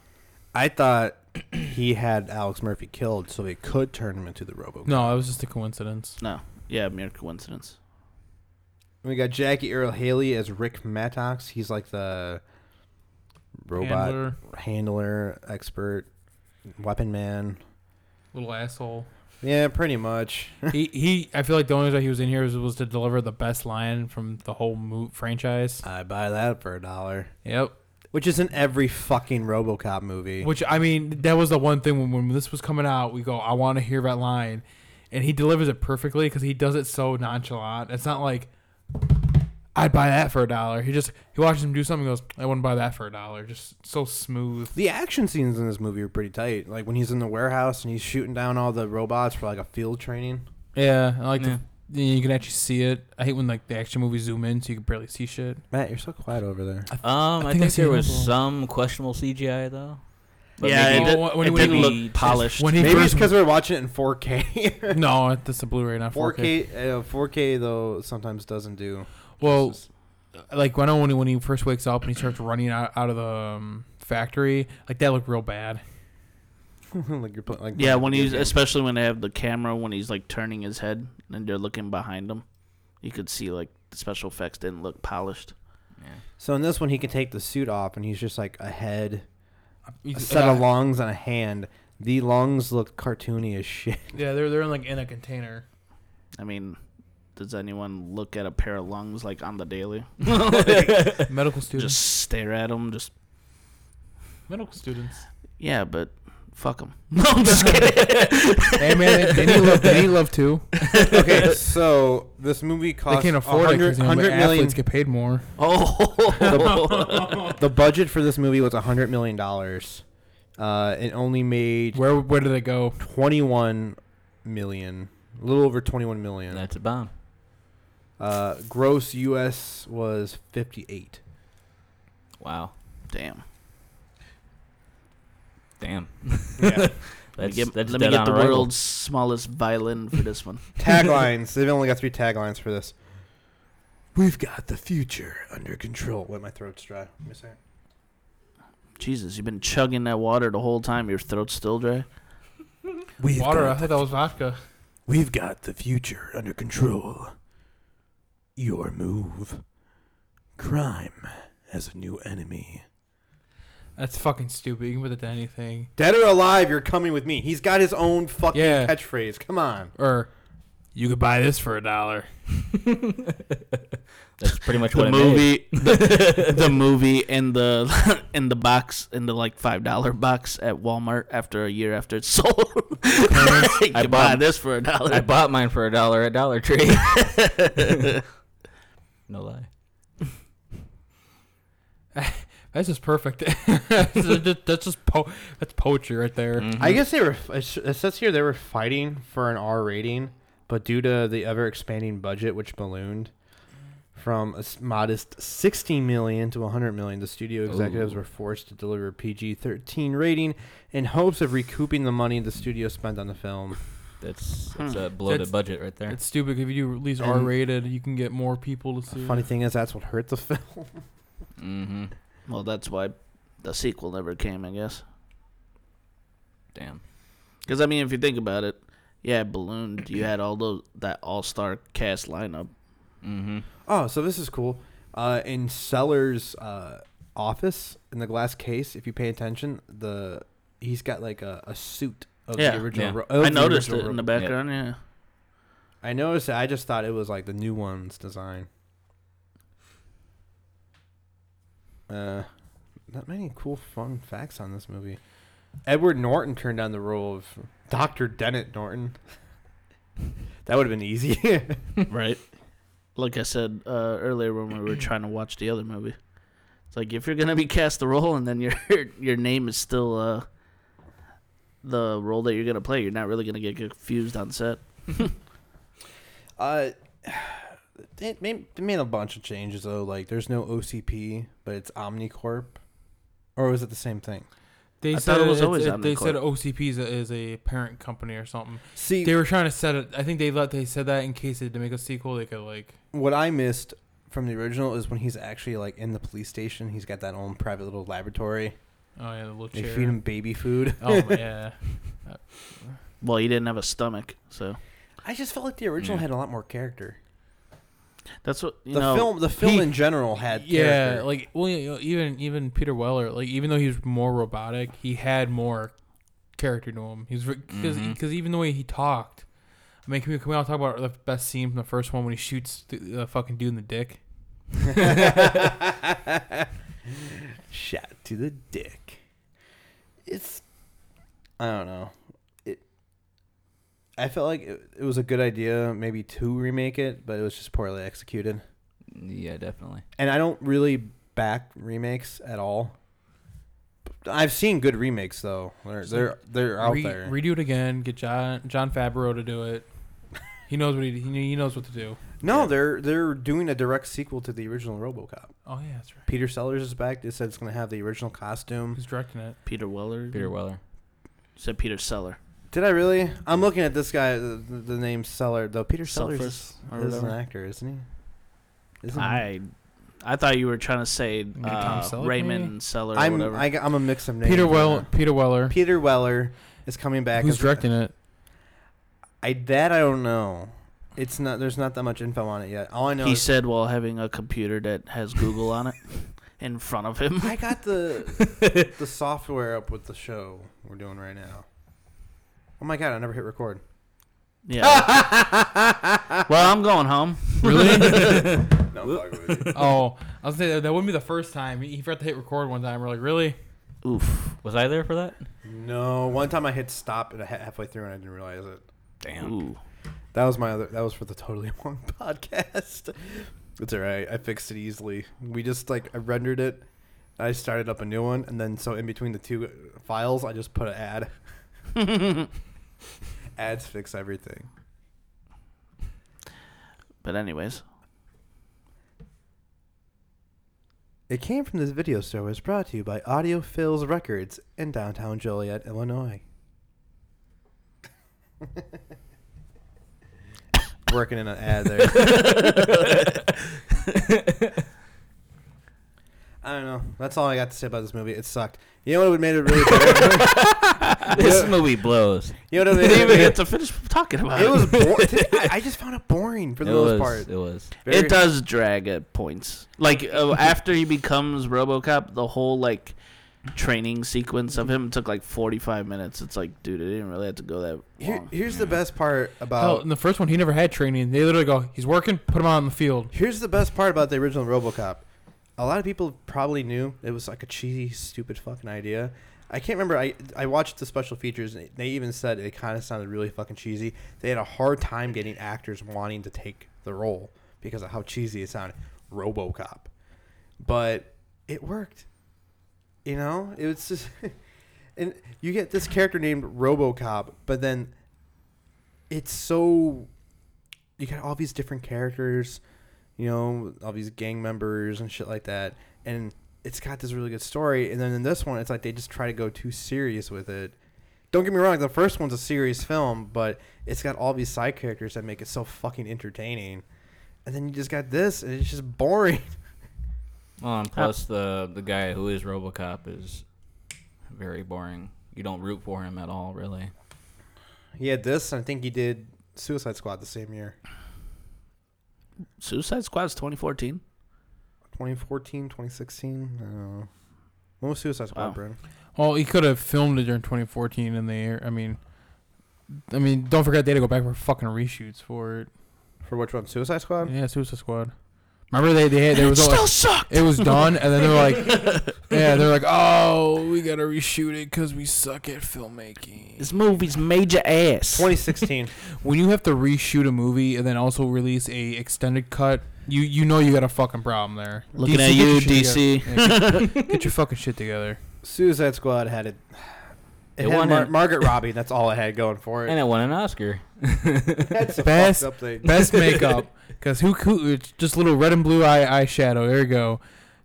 [SPEAKER 2] I thought he had Alex Murphy killed so they could turn him into the Robo.
[SPEAKER 3] No, that was just a coincidence.
[SPEAKER 1] No. Yeah, mere coincidence.
[SPEAKER 2] We got Jackie Earl Haley as Rick Mattox. He's like the robot handler,
[SPEAKER 3] Handler,
[SPEAKER 2] expert, weapon man.
[SPEAKER 3] little asshole.
[SPEAKER 2] Yeah, pretty much.
[SPEAKER 3] he, he I feel like the only reason he was in here was, was to deliver the best line from the whole mo- franchise.
[SPEAKER 2] I buy that for a dollar.
[SPEAKER 3] Yep.
[SPEAKER 2] Which is in every fucking RoboCop movie.
[SPEAKER 3] Which I mean, that was the one thing when, when this was coming out, we go, I want to hear that line, and he delivers it perfectly because he does it so nonchalant. It's not like I'd buy that for a dollar. He just he watches him do something, and goes, I wouldn't buy that for a dollar. Just so smooth.
[SPEAKER 2] The action scenes in this movie are pretty tight. Like when he's in the warehouse and he's shooting down all the robots for like a field training.
[SPEAKER 3] Yeah, I like.
[SPEAKER 4] Yeah.
[SPEAKER 3] The, you can actually see it. I hate when like the action movies zoom in so you can barely see shit.
[SPEAKER 2] Matt, you're so quiet over there.
[SPEAKER 4] Um,
[SPEAKER 3] I
[SPEAKER 4] I
[SPEAKER 3] think
[SPEAKER 4] think,
[SPEAKER 3] I've seen
[SPEAKER 4] there was
[SPEAKER 3] Hannibal.
[SPEAKER 4] some questionable CGI though.
[SPEAKER 1] yeah,
[SPEAKER 4] maybe-
[SPEAKER 1] it, did,
[SPEAKER 3] Oh, when-
[SPEAKER 1] it
[SPEAKER 3] when
[SPEAKER 1] didn't
[SPEAKER 4] he-
[SPEAKER 1] look polished.
[SPEAKER 3] When he
[SPEAKER 2] Maybe it's
[SPEAKER 3] first
[SPEAKER 2] because we're watching it in 4K.
[SPEAKER 3] no, that's a Blu-ray, not 4K.
[SPEAKER 2] 4K, uh, 4K though sometimes doesn't do.
[SPEAKER 3] Well, like when I know when he, when he first wakes up and he starts running out, out of the um, factory, like that looked real bad.
[SPEAKER 2] like you're put, like
[SPEAKER 1] Yeah, when
[SPEAKER 2] video
[SPEAKER 1] he's
[SPEAKER 2] games.
[SPEAKER 1] especially when they have the camera when he's like turning his head and they're looking behind him, you could see like the special effects didn't look polished.
[SPEAKER 4] Yeah.
[SPEAKER 2] So in this one, he can take the suit off, and he's just like a head, a
[SPEAKER 3] He's-
[SPEAKER 2] set of
[SPEAKER 3] uh,
[SPEAKER 2] lungs, and a hand. The lungs look cartoony as shit.
[SPEAKER 3] Yeah, they're they're in like in a container.
[SPEAKER 1] I mean, does anyone look at a pair of lungs like on the daily?
[SPEAKER 3] Medical students.
[SPEAKER 1] Just stare at them. Just
[SPEAKER 3] Medical students.
[SPEAKER 1] yeah, but fuck them. No, I'm just kidding.
[SPEAKER 3] hey man, they, they need love. They need love too.
[SPEAKER 2] okay, so this movie
[SPEAKER 3] They
[SPEAKER 2] cost
[SPEAKER 3] can't afford
[SPEAKER 2] 100
[SPEAKER 3] it because you know,
[SPEAKER 2] 100
[SPEAKER 3] athletes
[SPEAKER 2] million.
[SPEAKER 3] get paid more.
[SPEAKER 1] oh,
[SPEAKER 2] The budget for this movie was 100 million dollars. Uh, it only made
[SPEAKER 3] Where where do they go?
[SPEAKER 2] 21 million, a little over 21 million.
[SPEAKER 4] That's a bomb.
[SPEAKER 2] Uh, gross U.S. was 58.
[SPEAKER 4] Wow.
[SPEAKER 1] damn.
[SPEAKER 4] Damn.
[SPEAKER 2] Yeah.
[SPEAKER 1] Let me
[SPEAKER 4] That's,
[SPEAKER 1] get,
[SPEAKER 4] that's
[SPEAKER 1] let me
[SPEAKER 4] dead
[SPEAKER 1] get
[SPEAKER 4] on
[SPEAKER 1] the
[SPEAKER 4] arrival.
[SPEAKER 1] world's smallest violin for this one.
[SPEAKER 2] taglines. They've only got three taglines for this. We've got the future under control. Wait, my throat's dry. Give me a second.
[SPEAKER 1] Jesus, you've been chugging that water the whole time. Your throat's still dry.
[SPEAKER 5] We've
[SPEAKER 3] Water. uh. I
[SPEAKER 5] got,
[SPEAKER 3] thought that was vodka.
[SPEAKER 5] we've got the future under control. Your move. Crime has a new enemy.
[SPEAKER 3] That's fucking stupid. You can put it to anything.
[SPEAKER 2] Dead or alive, you're coming with me. He's got his own fucking
[SPEAKER 3] Yeah.
[SPEAKER 2] catchphrase. Come on.
[SPEAKER 3] Or you could buy this for a dollar.
[SPEAKER 4] That's pretty much what
[SPEAKER 1] the
[SPEAKER 4] it is.
[SPEAKER 1] movie the, the movie in the in the box in the like five dollar box at Walmart after a year after it's sold. you
[SPEAKER 4] I
[SPEAKER 1] I buy
[SPEAKER 4] bought-
[SPEAKER 1] this for a dollar.
[SPEAKER 4] I bought mine for a dollar at Dollar Tree. no lie.
[SPEAKER 3] That's just perfect. that's just, that's just po- that's poetry right there.
[SPEAKER 1] Mm-hmm.
[SPEAKER 2] I guess they were. It says here they were fighting for an R rating, but due to the ever expanding budget, which ballooned from a s- modest 60 million to 100 million, the studio executives were forced to deliver a PG-13 rating in hopes of recouping the money the studio spent on the film.
[SPEAKER 4] That's that's
[SPEAKER 1] Hmm.
[SPEAKER 4] a bloated
[SPEAKER 3] That's-
[SPEAKER 4] budget right there.
[SPEAKER 3] It's stupid. If you do at least
[SPEAKER 2] And-
[SPEAKER 3] R rated, you can get more people to see.
[SPEAKER 2] The
[SPEAKER 3] it.
[SPEAKER 2] funny thing is, that's what hurt the film.
[SPEAKER 4] Mm-hmm.
[SPEAKER 1] well, that's why the sequel never came, I guess.
[SPEAKER 4] Damn.
[SPEAKER 1] Because I mean, if you think about it, yeah, ballooned. You had all those that all star cast lineup.
[SPEAKER 4] Mm-hmm.
[SPEAKER 2] Oh, so this is cool. Uh, in Sellers' uh, office, in the glass case, if you pay attention, the he's got like a, a suit of
[SPEAKER 1] Yeah.
[SPEAKER 2] the original.
[SPEAKER 4] Yeah.
[SPEAKER 2] Ro- of
[SPEAKER 1] I
[SPEAKER 2] the
[SPEAKER 1] noticed it
[SPEAKER 2] original Ro-
[SPEAKER 1] in the background. Yeah.
[SPEAKER 2] I noticed it. I just thought it was like the new one's design. Uh, not many cool fun facts on this movie. Edward Norton turned down the role of Doctor Dennett Norton. that would have been easy.
[SPEAKER 1] right? Like I said uh, earlier when we were trying to watch the other movie, it's like if you're gonna be cast the role and then your your name is still uh, the role that you're gonna play, you're not really gonna get confused on set.
[SPEAKER 2] Uh, they made, they made a bunch of changes though. Like, there's no OCP, but it's OmniCorp, or was it the same thing?
[SPEAKER 3] They
[SPEAKER 1] I
[SPEAKER 3] said
[SPEAKER 1] thought it was
[SPEAKER 3] it's-
[SPEAKER 1] always
[SPEAKER 3] it-
[SPEAKER 1] Omnicorp.
[SPEAKER 3] they said OCP is a, is a parent company or something.
[SPEAKER 2] See,
[SPEAKER 3] They were trying to set it. I think they let they said that in case they had to make a sequel, they could like
[SPEAKER 2] what I missed from the original is when he's actually like in the police station. He's got that own private little laboratory.
[SPEAKER 3] oh yeah, the little
[SPEAKER 2] They
[SPEAKER 3] chair.
[SPEAKER 2] feed him baby food.
[SPEAKER 3] Oh yeah,
[SPEAKER 1] Well, he didn't have a stomach, so
[SPEAKER 2] I just felt like the original
[SPEAKER 4] Yeah.
[SPEAKER 2] had a lot more character.
[SPEAKER 1] that's what you
[SPEAKER 2] The
[SPEAKER 1] know.
[SPEAKER 2] film, the film
[SPEAKER 3] he-
[SPEAKER 2] in general had
[SPEAKER 3] yeah.
[SPEAKER 2] character.
[SPEAKER 3] Like well, you know, even even Peter Weller, like even though he was more robotic, he had more character to him. He was because
[SPEAKER 1] Mm-hmm.
[SPEAKER 4] Mhm.
[SPEAKER 3] even the way he talked. I mean, can we, can we all talk about the best scene from the first one when he shoots the, the fucking dude in the dick?
[SPEAKER 2] Shot to the dick. It's. I don't know. It. I felt like it, it was a good idea, maybe to remake it, but it was just poorly executed.
[SPEAKER 4] Yeah, definitely.
[SPEAKER 2] And I don't really back remakes at all. I've seen good remakes though. They're they're, they're out
[SPEAKER 3] Re-
[SPEAKER 2] there.
[SPEAKER 3] Redo it again. Get John John Favreau to do it. He knows what he he he knows what to do.
[SPEAKER 2] no, they're they're doing a direct sequel to the original RoboCop.
[SPEAKER 3] Oh yeah, that's right.
[SPEAKER 2] Peter Sellers is back. They said it's going to have the original costume.
[SPEAKER 3] Who's directing it?
[SPEAKER 1] Peter Weller
[SPEAKER 4] Peter Weller.
[SPEAKER 1] said Peter Seller.
[SPEAKER 2] Did I really? I'm looking at this guy, the, the the name Seller, though. Peter Sellers is,
[SPEAKER 1] Selfless or
[SPEAKER 2] is an
[SPEAKER 1] whatever.
[SPEAKER 2] actor, isn't he? Isn't he?
[SPEAKER 1] I I thought you were trying to say
[SPEAKER 3] Maybe Tom
[SPEAKER 1] uh,
[SPEAKER 3] Selleck, maybe?
[SPEAKER 1] Raymond Seller or
[SPEAKER 2] I'm
[SPEAKER 1] whatever.
[SPEAKER 2] I, am a mix of names.
[SPEAKER 3] Peter
[SPEAKER 2] right
[SPEAKER 3] Well
[SPEAKER 2] now.
[SPEAKER 3] Peter Weller.
[SPEAKER 2] Peter Weller is coming back.
[SPEAKER 3] Who's
[SPEAKER 2] as-
[SPEAKER 3] directing it?
[SPEAKER 2] I that I don't know. It's not. There's not that much info on it yet. All I know
[SPEAKER 1] he
[SPEAKER 2] is
[SPEAKER 1] said while having a computer that has Google on it in front of him.
[SPEAKER 2] I got the the software up with the show we're doing right now. Oh my god! I never hit record.
[SPEAKER 1] Yeah. well, I'm going home.
[SPEAKER 3] Really?
[SPEAKER 2] No, I'm fucking with you.
[SPEAKER 3] oh, I was saying that, that wouldn't be the first time. He he forgot to hit record one time. We're like, really?
[SPEAKER 1] Oof.
[SPEAKER 4] Was I there for that?
[SPEAKER 2] no. One time I hit stop and I hit halfway through and I didn't realize it.
[SPEAKER 4] Damn.
[SPEAKER 1] Ooh.
[SPEAKER 2] That was my other. That was for the totally wrong podcast. It's all right. I fixed it easily. We just like I rendered it. I started up a new one, and then so in between the two files, I just put an ad. Ads fix everything.
[SPEAKER 1] But anyways,
[SPEAKER 2] It came from this video store. Was brought to you by Audio Phil's Records in downtown Joliet, Illinois. Working in an ad there. I don't know. That's all I got to say about this movie. It sucked. You know what would made it really better?
[SPEAKER 4] this movie blows.
[SPEAKER 2] You know what
[SPEAKER 1] didn't
[SPEAKER 2] would've
[SPEAKER 1] even
[SPEAKER 2] made
[SPEAKER 1] get
[SPEAKER 2] it?
[SPEAKER 1] to finish talking about it.
[SPEAKER 2] It was boring. I I just found it boring for the
[SPEAKER 4] it
[SPEAKER 2] most
[SPEAKER 4] was,
[SPEAKER 2] part.
[SPEAKER 4] It was.
[SPEAKER 2] Very-
[SPEAKER 1] It does drag at points. Like uh, after he becomes RoboCop, the whole like training sequence of him. It took like 45 minutes. It's like, dude, it didn't really have to go that
[SPEAKER 2] Here,
[SPEAKER 1] long.
[SPEAKER 2] here's the best part
[SPEAKER 3] Hell,
[SPEAKER 2] about
[SPEAKER 3] in the first one, he never had training. They literally go, he's working, put him out on the field.
[SPEAKER 2] here's the best part about the original RoboCop. A lot of people probably knew it was like a cheesy, stupid fucking idea. I can't remember. I I watched the special features, and they even said it kind of sounded really fucking cheesy. They had a hard time getting actors wanting to take the role because of how cheesy it sounded. RoboCop, but it worked. You know, it was just, and you get this character named RoboCop, but then it's so you got all these different characters, you know, all these gang members and shit like that, and it's got this really good story. And then in this one, it's like they just try to go too serious with it. Don't get me wrong, the first one's a serious film, but it's got all these side characters that make it so fucking entertaining. And then you just got this, and it's just boring.
[SPEAKER 4] Well, and plus the the guy who is RoboCop is very boring. You don't root for him at all, really.
[SPEAKER 2] He had this, and I think he did Suicide Squad the same year.
[SPEAKER 1] Suicide Squad's 2014.
[SPEAKER 2] 2014, 2016, I don't know. When was Suicide Squad,
[SPEAKER 1] Wow.
[SPEAKER 2] Brandon?
[SPEAKER 3] Well, he could have filmed it during 2014 in the air. I mean, I mean, don't forget they had to go back for fucking reshoots for it.
[SPEAKER 2] For which one? Suicide Squad?
[SPEAKER 3] Yeah, Suicide Squad. Remember they they had there was all,
[SPEAKER 1] Still sucked.
[SPEAKER 3] it was done, and then they're like, yeah, they're like, oh, we gotta reshoot it because we suck at filmmaking.
[SPEAKER 1] This movie's major ass.
[SPEAKER 2] 2016.
[SPEAKER 3] when you have to reshoot a movie and then also release a extended cut, you you know you got a fucking problem there.
[SPEAKER 1] Looking at
[SPEAKER 3] DC, get your
[SPEAKER 1] you,
[SPEAKER 3] shit
[SPEAKER 1] DC.
[SPEAKER 3] together. Yeah, get, get your fucking shit together.
[SPEAKER 2] Suicide Squad had it. It,
[SPEAKER 4] It
[SPEAKER 2] had
[SPEAKER 4] won
[SPEAKER 2] Mar-
[SPEAKER 4] an-
[SPEAKER 2] Margaret Robbie. That's all it had going for it.
[SPEAKER 4] And it won an Oscar.
[SPEAKER 2] That's a
[SPEAKER 3] Best-
[SPEAKER 2] fucked up thing.
[SPEAKER 3] Best makeup, because who, who it's just little red and blue eye eyeshadow. There you go.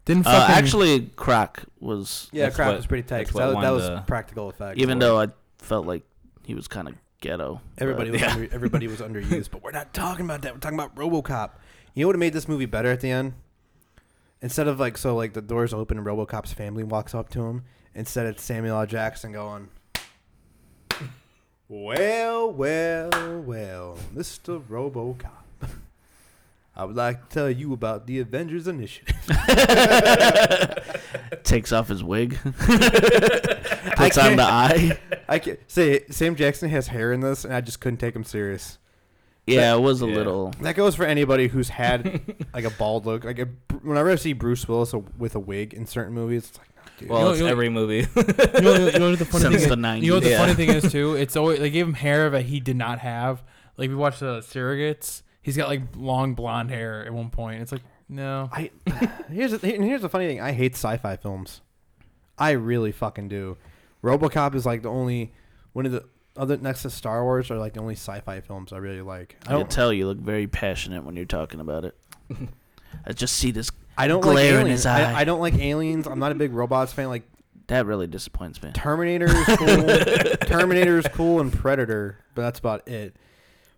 [SPEAKER 3] Didn't
[SPEAKER 1] Uh,
[SPEAKER 3] fucking
[SPEAKER 1] actually, Croc was,
[SPEAKER 2] Yeah,
[SPEAKER 4] That's
[SPEAKER 2] crap
[SPEAKER 4] what-
[SPEAKER 2] was pretty tight.
[SPEAKER 4] that's
[SPEAKER 2] 'cause
[SPEAKER 4] what
[SPEAKER 2] That,
[SPEAKER 4] won
[SPEAKER 2] that was
[SPEAKER 4] the-
[SPEAKER 2] practical effects.
[SPEAKER 1] even though I felt like he was kind of ghetto.
[SPEAKER 2] everybody
[SPEAKER 1] but
[SPEAKER 2] was
[SPEAKER 1] Uh, yeah.
[SPEAKER 2] under, everybody was underused, but we're not talking about that. We're talking about RoboCop. You know what made this movie better at the end? Instead of like so, like the doors open and RoboCop's family walks up to him. Instead, it's Samuel L. Jackson going. Well, well, well, Mr. RoboCop. I would like to tell you about the Avengers Initiative.
[SPEAKER 1] takes off his wig, puts on
[SPEAKER 2] can't-
[SPEAKER 1] the eye.
[SPEAKER 2] I can say Sam Jackson has hair in this, and I just couldn't take him serious.
[SPEAKER 1] Yeah, it was a
[SPEAKER 4] Yeah.
[SPEAKER 1] little.
[SPEAKER 2] That goes for anybody who's had like a bald look. Like a, whenever I see Bruce Willis with a wig in certain movies, it's like, no, dude.
[SPEAKER 4] Well,
[SPEAKER 3] You know-
[SPEAKER 4] it's
[SPEAKER 3] you know-
[SPEAKER 4] every movie.
[SPEAKER 3] You know, you know, you know what the funny
[SPEAKER 1] Since
[SPEAKER 3] thing
[SPEAKER 1] the
[SPEAKER 3] is, you know what
[SPEAKER 1] 90s.
[SPEAKER 3] the
[SPEAKER 1] Yeah.
[SPEAKER 3] funny thing is too. It's always they gave him hair that he did not have. Like we watched the surrogates. He's got like long blonde hair at one point. It's like no.
[SPEAKER 2] I here's the, and here's the funny thing. I hate sci-fi films. I really fucking do. RoboCop is like the only one of the other next to Star Wars are like the only sci-fi films I really like. I
[SPEAKER 1] I can
[SPEAKER 2] don't.
[SPEAKER 1] tell you look very passionate when you're talking about it. I just see this.
[SPEAKER 2] I don't like
[SPEAKER 1] glare in
[SPEAKER 2] aliens.
[SPEAKER 1] his eye.
[SPEAKER 2] I, I don't like aliens. I'm not a big robots fan. Like
[SPEAKER 1] That really disappoints me.
[SPEAKER 2] Terminator is cool. Terminator is cool and Predator, but that's about it.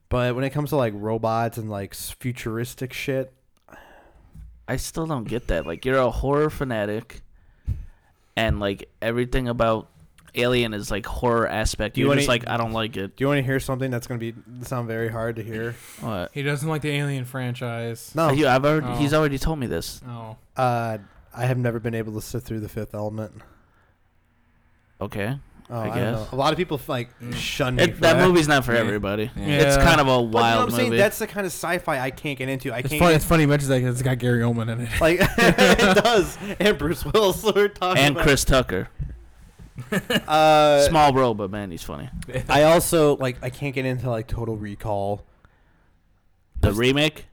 [SPEAKER 2] But when it comes to like robots and like s- futuristic shit,
[SPEAKER 1] I still don't get that. Like you're a horror fanatic, and like everything about Alien is like horror aspect.
[SPEAKER 2] Do you
[SPEAKER 1] You're
[SPEAKER 2] wanna-
[SPEAKER 1] just like I don't like it.
[SPEAKER 2] do you want to hear something that's gonna be sound very hard to hear?
[SPEAKER 1] What?
[SPEAKER 3] He doesn't like the Alien franchise.
[SPEAKER 2] No,
[SPEAKER 1] You- I've already.
[SPEAKER 3] Oh.
[SPEAKER 1] He's already told me this.
[SPEAKER 3] Oh,
[SPEAKER 2] uh, I have never been able to sit through the Fifth Element.
[SPEAKER 1] Okay,
[SPEAKER 2] Oh,
[SPEAKER 1] I
[SPEAKER 2] I, don't know.
[SPEAKER 1] guess. Mm.
[SPEAKER 2] A lot of people like shun me.
[SPEAKER 1] it,
[SPEAKER 2] for
[SPEAKER 1] that
[SPEAKER 2] that
[SPEAKER 1] movie's not for
[SPEAKER 4] Yeah.
[SPEAKER 1] everybody.
[SPEAKER 4] Yeah.
[SPEAKER 1] It's
[SPEAKER 3] Yeah.
[SPEAKER 1] kind of a
[SPEAKER 2] But you know what
[SPEAKER 1] wild
[SPEAKER 2] I'm saying?
[SPEAKER 1] movie.
[SPEAKER 2] That's the kind of sci-fi I can't get into. I
[SPEAKER 3] it's
[SPEAKER 2] can't.
[SPEAKER 3] funny.
[SPEAKER 2] get-
[SPEAKER 3] It's funny. He mentions that 'cause it's got Gary Oldman in it.
[SPEAKER 2] like it does, and Bruce Willis. We're talking
[SPEAKER 1] and
[SPEAKER 2] about.
[SPEAKER 1] Chris Tucker,
[SPEAKER 2] Uh,
[SPEAKER 1] small role, but man, he's funny.
[SPEAKER 2] I also like. I can't get into like Total Recall.
[SPEAKER 1] The remake.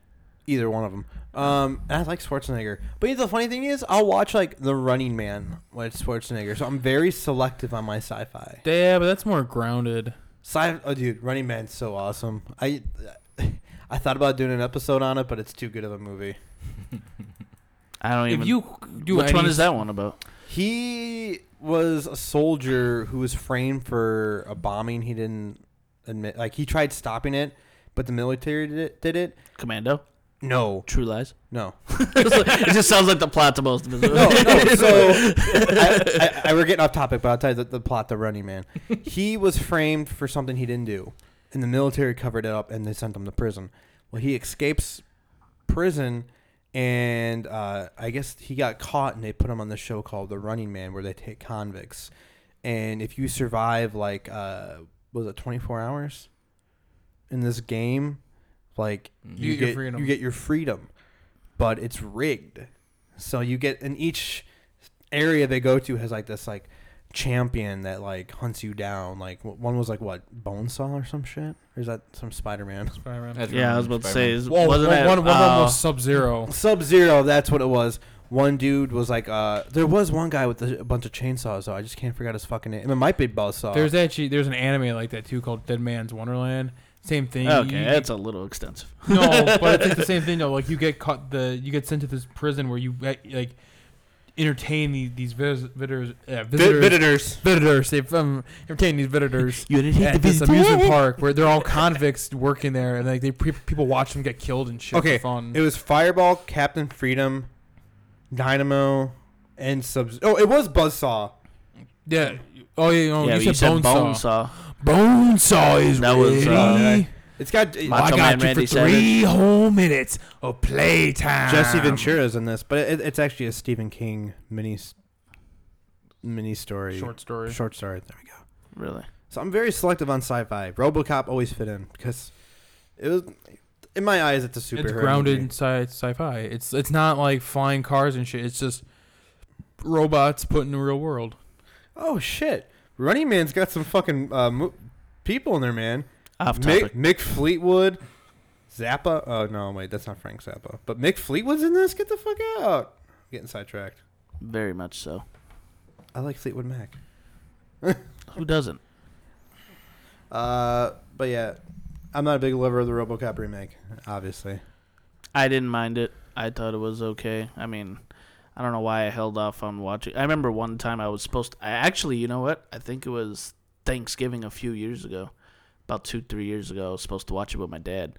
[SPEAKER 2] either one of them. Um, and I like Schwarzenegger, but you know, the funny thing is, I'll watch like The Running Man with Schwarzenegger, so I'm very selective on my sci-fi.
[SPEAKER 3] Yeah, but that's more grounded.
[SPEAKER 2] Sci, oh dude, Running Man's so awesome. I, I thought about doing an episode on it, but it's too good of a movie.
[SPEAKER 1] I don't even.
[SPEAKER 3] If you do
[SPEAKER 1] which
[SPEAKER 3] any,
[SPEAKER 1] one is that one about?
[SPEAKER 2] He was a soldier who was framed for a bombing. He didn't admit, like he tried stopping it, but the military did it. Did it?
[SPEAKER 1] Commando.
[SPEAKER 2] No,
[SPEAKER 1] True Lies.
[SPEAKER 2] no.
[SPEAKER 1] it just sounds like the plot to most of his
[SPEAKER 2] no, no. So I, I, I, we're getting off topic, but I'll tell you the, the plot. The Running Man. He was framed for something he didn't do, and the military covered it up, and they sent him to prison. Well, he escapes prison, and uh, I guess he got caught, and they put him on the show called The Running Man, where they take convicts, and if you survive like uh, was it 24 hours in this game, like
[SPEAKER 4] Mm.
[SPEAKER 2] you,
[SPEAKER 3] You get your
[SPEAKER 2] get
[SPEAKER 3] freedom.
[SPEAKER 2] you get your freedom, but it's rigged. So you get in each area they go to has like this like champion that like hunts you down. Like w- one was like what Bonesaw or some shit, or is that some Spider Man?
[SPEAKER 3] Spider-Man.
[SPEAKER 4] That's
[SPEAKER 1] Yeah, I was
[SPEAKER 4] wrong,
[SPEAKER 1] about to say,
[SPEAKER 4] Spider-Man.
[SPEAKER 1] is,
[SPEAKER 3] Whoa,
[SPEAKER 1] wasn't
[SPEAKER 3] one,
[SPEAKER 1] it?
[SPEAKER 3] one, one of them
[SPEAKER 1] uh,
[SPEAKER 3] was Sub-Zero.
[SPEAKER 2] Sub Zero, that's what it was. One dude was like, uh, there was one guy with a, a bunch of chainsaws though. I just can't forget his fucking name. It might be Buzzsaw.
[SPEAKER 3] There's actually there's an anime like that too called Dead Man's Wonderland. Same thing.
[SPEAKER 1] okay,
[SPEAKER 3] You-
[SPEAKER 1] that's a little extensive.
[SPEAKER 3] no, but it's like the same thing though. Like you get caught the you get sent to this prison where you eh, like entertain these these vis- visitors uh,
[SPEAKER 2] visitors.
[SPEAKER 3] visitors visitors. They um, entertain these visitors.
[SPEAKER 1] You didn't
[SPEAKER 3] At this amusement park where they're all convicts working there, and like they pre- people watch them get killed and shit.
[SPEAKER 2] Okay,
[SPEAKER 3] for fun.
[SPEAKER 2] It was Fireball, Captain Freedom, Dynamo, and Sub. Oh, it was Buzzsaw.
[SPEAKER 3] yeah. Oh yeah. Oh,
[SPEAKER 1] yeah,
[SPEAKER 3] you, said, bone, saw.
[SPEAKER 1] saw.
[SPEAKER 5] Bone saw is
[SPEAKER 1] That was,
[SPEAKER 5] ready.
[SPEAKER 1] uh,
[SPEAKER 2] It's got it-
[SPEAKER 5] I
[SPEAKER 1] Macho Man
[SPEAKER 5] got you
[SPEAKER 1] Randy
[SPEAKER 5] for three whole minutes of playtime.
[SPEAKER 2] Jesse
[SPEAKER 3] Um,
[SPEAKER 2] Ventura's in this, but it, it's actually a Stephen King mini s- mini story,
[SPEAKER 3] Short story.
[SPEAKER 2] short story. There we go.
[SPEAKER 1] Really?
[SPEAKER 2] So I'm very selective on sci-fi. RoboCop always fit in because it was, in my eyes, it's a superhero.
[SPEAKER 3] It's grounded
[SPEAKER 2] movie.
[SPEAKER 3] in sci- sci-fi. It's it's not like flying cars and shit. It's just robots put in the real world.
[SPEAKER 2] Oh shit! Running Man's got some fucking uh, mo- people in there, man.
[SPEAKER 1] Off
[SPEAKER 2] Mick,
[SPEAKER 1] topic.
[SPEAKER 2] Mick Fleetwood, Zappa. Oh no, wait, that's not Frank Zappa. But Mick Fleetwood's in this. Get the fuck out! Getting sidetracked.
[SPEAKER 1] Very much so.
[SPEAKER 2] I like Fleetwood Mac.
[SPEAKER 1] Who doesn't?
[SPEAKER 2] Uh, but yeah, I'm not a big lover of the RoboCop remake, obviously.
[SPEAKER 1] I didn't mind it. I thought it was okay. I mean, I don't know why I held off on watching. I remember one time I was supposed to. I actually, you know what? I think it was Thanksgiving a few years ago, about two, three years ago. I was supposed to watch it with my dad,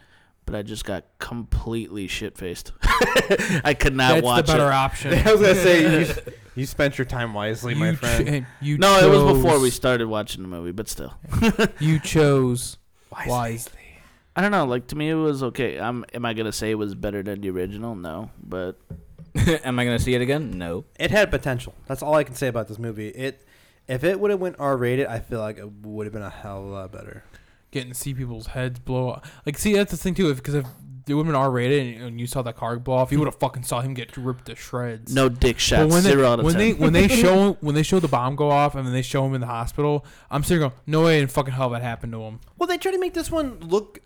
[SPEAKER 1] but I just got completely shit faced. I could not
[SPEAKER 3] That's
[SPEAKER 1] watch
[SPEAKER 3] the better
[SPEAKER 1] it.
[SPEAKER 3] option.
[SPEAKER 2] I was gonna say you, you spent your time wisely, my
[SPEAKER 3] You
[SPEAKER 2] friend.
[SPEAKER 3] ch- you
[SPEAKER 1] No, it was
[SPEAKER 3] chose-
[SPEAKER 1] before we started watching the movie, but still.
[SPEAKER 3] You chose wisely.
[SPEAKER 1] I don't know. Like to me, it was okay. Um, am I gonna say it was better than the original? No, but
[SPEAKER 4] Am I gonna see it again? No.
[SPEAKER 2] It had potential. That's all I can say about this movie. It, if it would have went R rated, I feel like it would have been a hell of a lot better.
[SPEAKER 3] Getting to see people's heads blow up. Like, see, that's the thing too. Because if, it would have been R-rated and, and you saw that car blow off, you would have fucking saw him get ripped to shreds.
[SPEAKER 1] no dick shots.
[SPEAKER 3] But when
[SPEAKER 1] zero
[SPEAKER 3] they,
[SPEAKER 1] out of
[SPEAKER 3] when
[SPEAKER 1] ten.
[SPEAKER 3] they when they show when they show the bomb go off and then they show him in the hospital, I'm sitting there going, no way in fucking hell that happened to him.
[SPEAKER 2] Well, they try to make this one look